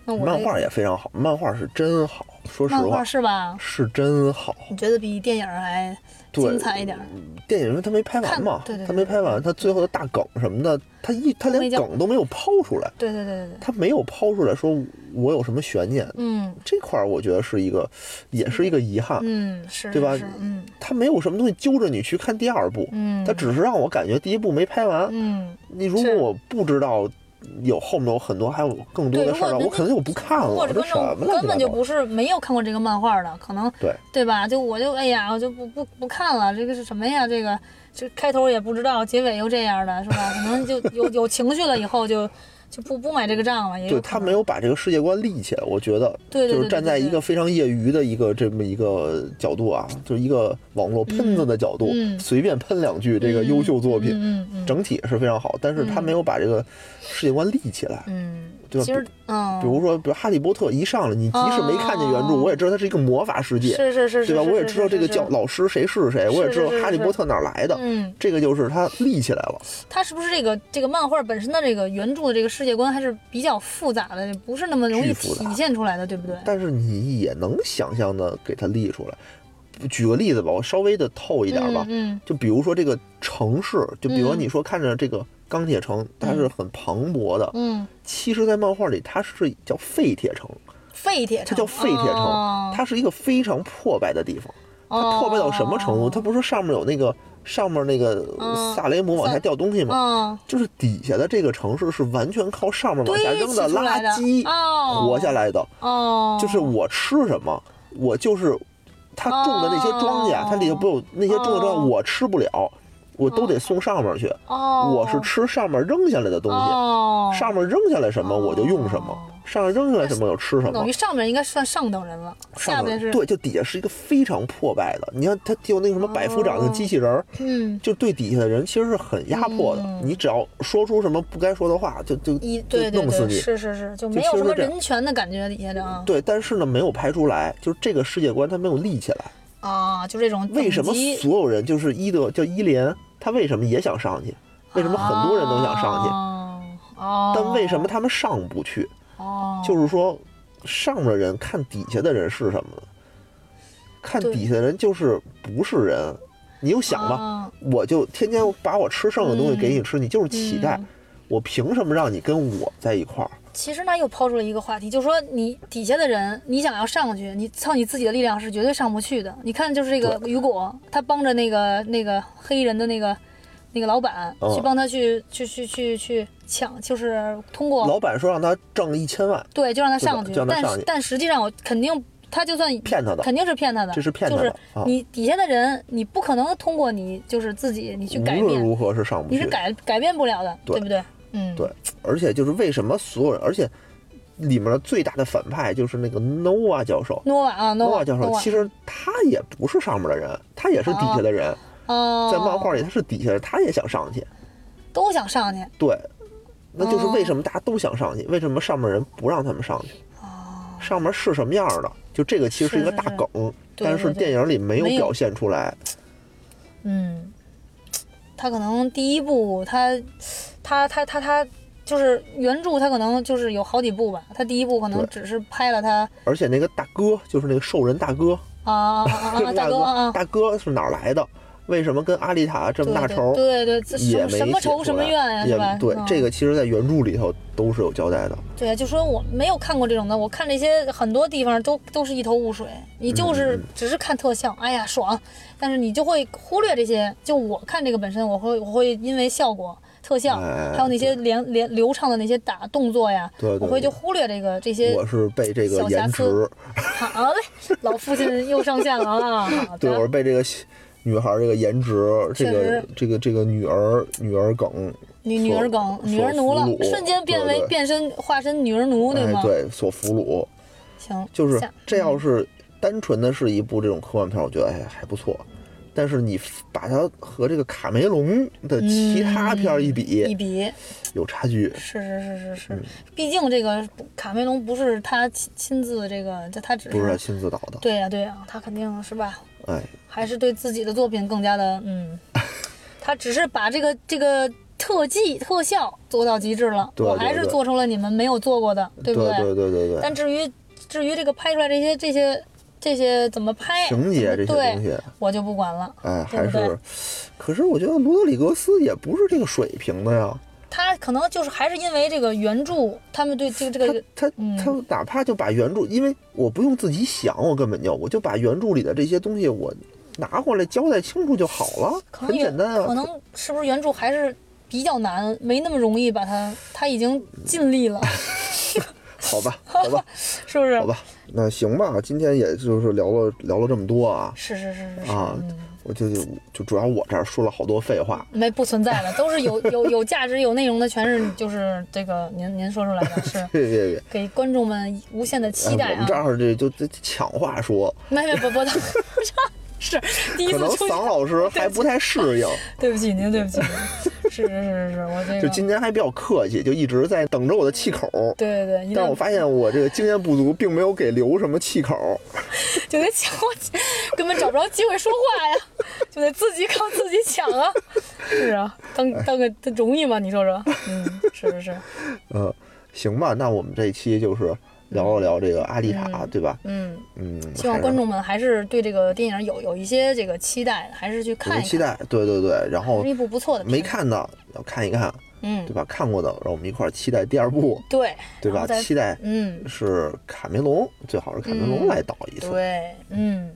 B: 那我
A: 漫
B: 这
A: 画也非常好，漫画是真好，说实
B: 漫
A: 话
B: 画是吧？
A: 是真好。
B: 你觉得比电影儿还
A: 对
B: 精彩一点儿？
A: 电影因为他没拍完嘛
B: 看对对，对
A: 他没拍完，他最后的大梗什么的，他一他
B: 没
A: 连
B: 讲
A: 梗都没有抛出来，
B: 对对对对对，
A: 他没有抛出来说我有什么悬念，
B: 嗯
A: 这块儿我觉得是一个，也是一个遗憾。
B: 嗯是，
A: 啊对吧
B: 是嗯
A: 他没有什么东西揪着你去看第二部，
B: 嗯，
A: 他只是让我感觉第一部没拍完。
B: 嗯
A: 你如果
B: 是
A: 我不知道有后面有很多还有更多的
B: 对
A: 事儿吧，
B: 如果
A: 我可能就不看了，
B: 或者
A: 这
B: 观
A: 什么乱
B: 众根
A: 七八
B: 本就
A: 糟
B: 不是没有看过这个漫画的，可能
A: 对
B: 对吧？就我就哎呀，我就不不不看了，这个是什么呀？这个这开头也不知道，结尾又这样的是吧？可能就有有情绪了以后就就不不买这个账了，也有
A: 对
B: 可
A: 他
B: 能
A: 没有把这个世界观立起来，我觉得
B: 对对
A: 就
B: 对
A: 是站在一个非常业余的一个这么一个角度啊，就是一个网络喷子的角度，
B: 嗯嗯
A: 随便喷两句这个优秀作品，
B: 嗯嗯嗯
A: 整体是非常好，但是他
B: 嗯
A: 没有把这个世界观立起来。
B: 嗯，
A: 对吧
B: 其实嗯，
A: 比如说，比如《哈利波特》一上来，你即使没看见原著，
B: 哦
A: 我也知道它是一个魔法世界，
B: 是是是是，
A: 对吧？
B: 是
A: 我也知道这个
B: 是
A: 教
B: 是
A: 老师谁是谁，我也知道
B: 是是是
A: 哈利波特哪儿来的。
B: 嗯，
A: 这个就是它立起来了，
B: 它是不是这个这个漫画本身的这个原著的这个世界观还是比较复杂的，不是那么容易
A: 巨复杂
B: 体现出来的，对不对？
A: 但是你也能想象的给它立出来。举个例子吧，我稍微的透一点吧，
B: 嗯，
A: 就比如说这个城市，就比如说
B: 嗯
A: 你说看着这个钢铁城，它是很磅礴的，
B: 嗯嗯，
A: 其实，在漫画里它是叫废铁城，
B: 废铁
A: 它
B: 城，
A: 叫废铁城，
B: 哦、
A: 它是一个非常破败的地方。它破败到什么程度？它不是上面有那个上面那个
B: 嗯
A: 萨雷姆往下掉东西吗？
B: 嗯，
A: 就是底下的这个城市是完全靠上面往下
B: 堆
A: 扔
B: 起
A: 的
B: 出
A: 垃
B: 来的
A: 圾
B: 哦，
A: 活下来的，
B: 哦，
A: 就是我吃什么，我就是他种的那些庄稼，
B: 哦
A: 它里头不有那些种的庄稼
B: 哦
A: 我吃不了，我都得送上面去。
B: 哦，
A: 我是吃上面扔下来的东西，
B: 哦，
A: 上面扔下来什么
B: 哦
A: 我就用什么，上面扔下来什么我就吃什
B: 等
A: 么
B: 于。上面应该算上等人了，下
A: 上面
B: 边是
A: 对，就底下是一个非常破败的。你看，它就那个什么百夫长那个机器人儿，
B: 嗯，
A: 就对底下的人其实是很压迫的。你只要说出什么不该说的话，就就
B: 一
A: 就
B: 对对
A: 弄死
B: 对，
A: 你。
B: 是是是，就没有
A: 其实
B: 什么
A: 是这样嗯
B: 人权的感觉底下的啊
A: 对，但是呢，没有拍出来，就是这个世界观它没有立起来。
B: 啊，就这种
A: 为什么
B: 等级
A: 所有人就是伊德叫伊莲，他为什么也想上去？为什么很多人都想上去？
B: 去？哦，
A: 但为什么他们上不去？
B: 哦，
A: 就是说，上面的人看底下的人是什么呢？看
B: 对
A: 底下的人就是不是人。你又想吧，
B: 啊
A: 我就天天把我吃剩的东西给你吃，你就是乞丐，
B: 嗯
A: 我凭什么让你跟我在一块儿？
B: 其实呢，又抛出了一个话题，就是说你底下的人，你想要上去，你靠你自己的力量是绝对上不去的。你看，就是这个雨果，他帮着那个那个黑人的那个那个老板、
A: 嗯
B: 去帮他去去去去去抢，就是通过
A: 老板说让他挣一千万，
B: 对，就让他上去
A: 对的就。让他
B: 但
A: 上
B: 是
A: 去
B: 但实际上，我肯定他就算
A: 骗他的，
B: 肯定是骗他的，
A: 这是骗他
B: 就
A: 的
B: 是
A: 啊
B: 你底下的人，你不可能通过你就是自己你去改
A: 无论
B: 变，
A: 如何是上不
B: 你
A: 去
B: 是
A: 的。
B: 改改变不了的，
A: 对
B: 对不对？嗯，
A: 对，而且就是为什么所有人，而且里面的最大的反派就是那个 Nova 教授。
B: 诺瓦啊，诺瓦
A: 教授其实他也不是上面的人，他也是底下的人，在
B: 在
A: 漫画里他是底下的，他也想上去。
B: 哦都想上去，
A: 对，那就是为什么大家都想上去，为什么上面人不让他们上去？上面是什么样的？就这个其实是一个
B: 哦是是
A: 大
B: 是
A: 梗，
B: 对
A: 但
B: 对
A: 是
B: 对
A: 电影里没有
B: 没有
A: 表现出来。
B: 嗯，他可能第一部他他他他他就是原著，他可能就是有好几部吧，他第一部可能
A: 对
B: 只是拍了他
A: 而且那个大哥就是那个兽人大哥，
B: 啊啊啊啊大哥啊
A: [LAUGHS]
B: 啊。
A: 大哥是哪儿来的？为什么跟阿丽塔这么
B: 对
A: 大
B: 对
A: 仇？
B: 对对，这
A: 也没
B: 什么什么
A: 写出
B: 仇什么
A: 来
B: 怨呀、
A: 也
B: 是吧？
A: 对
B: 嗯，
A: 这个其实在原著里头都是有交代的。
B: 对，啊就说我没有看过这种的，我看这些很多地方都都是一头雾水，你
A: 嗯
B: 就是只是看特效，哎呀爽，但是你就会忽略这些。就我看这个本身，我会我会因为效果、特效，
A: 哎
B: 还有那些连连流畅的那些打动作呀，
A: 对对
B: 我会
A: 对
B: 就忽略这个这些。
A: 我是被这个
B: 小瑕
A: 颜值
B: 疵，啊好嘞，老父亲又上线了啊！好
A: 对，我是
B: 的，
A: 被这个女孩儿这个颜值，这
B: 确
A: 个
B: 实
A: 这个这个女儿女儿梗，
B: 女女儿梗，
A: 所
B: 女儿奴了
A: 俘，虏
B: 瞬间变
A: 对
B: 为
A: 对
B: 变身化身女儿奴，对
A: 哎
B: 吗？，嗯
A: 对，所俘虏，
B: 行，
A: 就是
B: 下
A: 这要是单纯的是一部这种科幻片儿，我觉得哎还不错。但是你把它和这个卡梅隆的其他片儿一比，
B: 嗯一比，
A: 有差距。
B: 是是是是
A: 嗯
B: 是，毕竟这个卡梅隆不是他亲亲自这个，这他只
A: 不是他
B: 是
A: 亲自导的，
B: 对呀、对呀、他肯定是吧，
A: 哎，
B: 还是对自己的作品更加的
A: [LAUGHS]
B: 嗯，他只是把这个这个特技特效做到极致了，
A: 对
B: 我
A: 对
B: 还是
A: 对
B: 做出了你们没有做过的，
A: 对
B: 对不
A: 对对对对
B: 但，至于至于这个拍出来这些这些这些怎么拍
A: 情节这些
B: 怎么
A: 东
B: 嗯对，
A: 西，
B: 我就不管了。
A: 哎，
B: 对
A: 还
B: 不对
A: 是，可是我觉得罗德里格斯也不是这个水平的呀。
B: 他可能就是还是因为这个原著，他们对这个这个
A: 他他
B: 嗯
A: 他哪怕就把原著，因为我不用自己想，我根本就我就把原著里的这些东西我拿过来交代清楚就好了，
B: 可
A: 很
B: 能也
A: 简单
B: 可
A: 啊。
B: 能是不是原著还是比较难，没那么容易把它，他已经尽力了，
A: 好吧，好吧，
B: 是不是
A: 嗯
B: [LAUGHS]
A: 好？吧，那行吧，今天也就是聊了聊了这么多啊
B: 是是是是是，
A: 啊
B: 嗯，
A: 我就就主要我这儿说了好多废话，
B: 没不存在了，都是有有有价值、有内容的，全是就是这个您您说出来的，是
A: 别别别，
B: 给观众们无限的期
A: 哎
B: 待
A: 我们
B: 啊
A: 这！儿这就这抢话说，
B: 没没不不，他是第
A: 可
B: 一次
A: 能
B: 出
A: 桑老
B: [LAUGHS]
A: 师还不太适应，
B: 对不起您，对不起，是是是是，我这
A: 就
B: 个
A: 今天还比较客气，就一直在等着我的气口。
B: 对对对，一定
A: 但
B: 要
A: 是我发现我这个经验不足，并没有给留什么气口。
B: 就得抢，根本找不着机会说话呀，就得自己靠自己抢啊。是啊，当
A: 哎
B: 当个这容易吗？你说说，嗯，是是是，
A: 嗯，行吧，那我们这一期就是聊了聊这个阿丽塔，对吧？
B: 嗯，
A: 嗯，
B: 希望
A: 还是
B: 观众们还是对这个电影有有一些这个期待，还是去
A: 有
B: 看
A: 些
B: 一
A: 期
B: 看，
A: 待，对对对。然后
B: 是一部不错的片
A: 没
B: 子，
A: 看的要看一看，
B: 嗯
A: 对，吧？看过的，让我们一块儿期待第二部，
B: 对，
A: 对
B: 然
A: 吧
B: 后？再
A: 期待
B: 嗯，
A: 是卡梅隆，最好是卡梅隆
B: 嗯
A: 来导一次。
B: 对，嗯。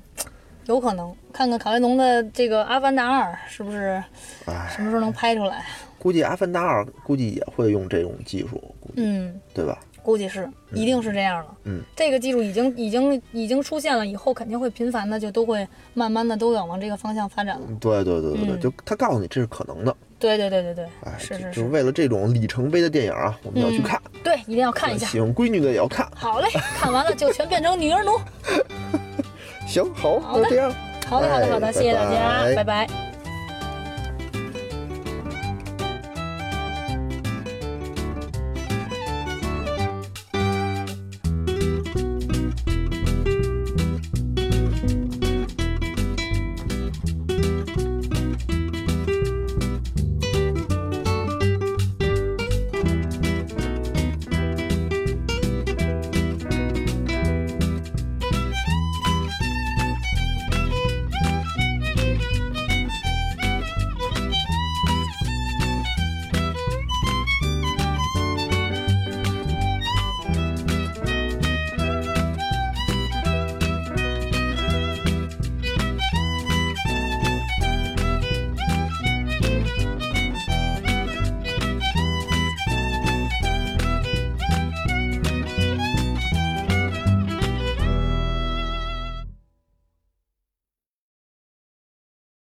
B: 有可能看看卡梅隆的这个《阿凡达二》是不是
A: 哎，
B: 什么时候能拍出来？
A: 估计《阿凡达二》估计也会用这种技术，估计
B: 嗯，
A: 对吧？
B: 估计是，一定是这样了。
A: 嗯，
B: 这个技术已经已经已经出现了，以后肯定会频繁的就都会慢慢的都要往这个方向发展了。
A: 对对对对对，
B: 嗯
A: 就他告诉你这是可能的，
B: 对对对对对，
A: 哎，
B: 是
A: 就是就是
B: 是，
A: 为了这种里程碑的电影啊，我们要去
B: 嗯
A: 看，
B: 对，一定要看一下。
A: 喜欢闺女的也要看。
B: 好嘞，看完了就全变成女儿奴。
A: 行，好，
B: 好
A: 那
B: 的
A: 这样。
B: 好的好的好的，
A: 哎
B: 谢谢大家，
A: 拜拜
B: 拜拜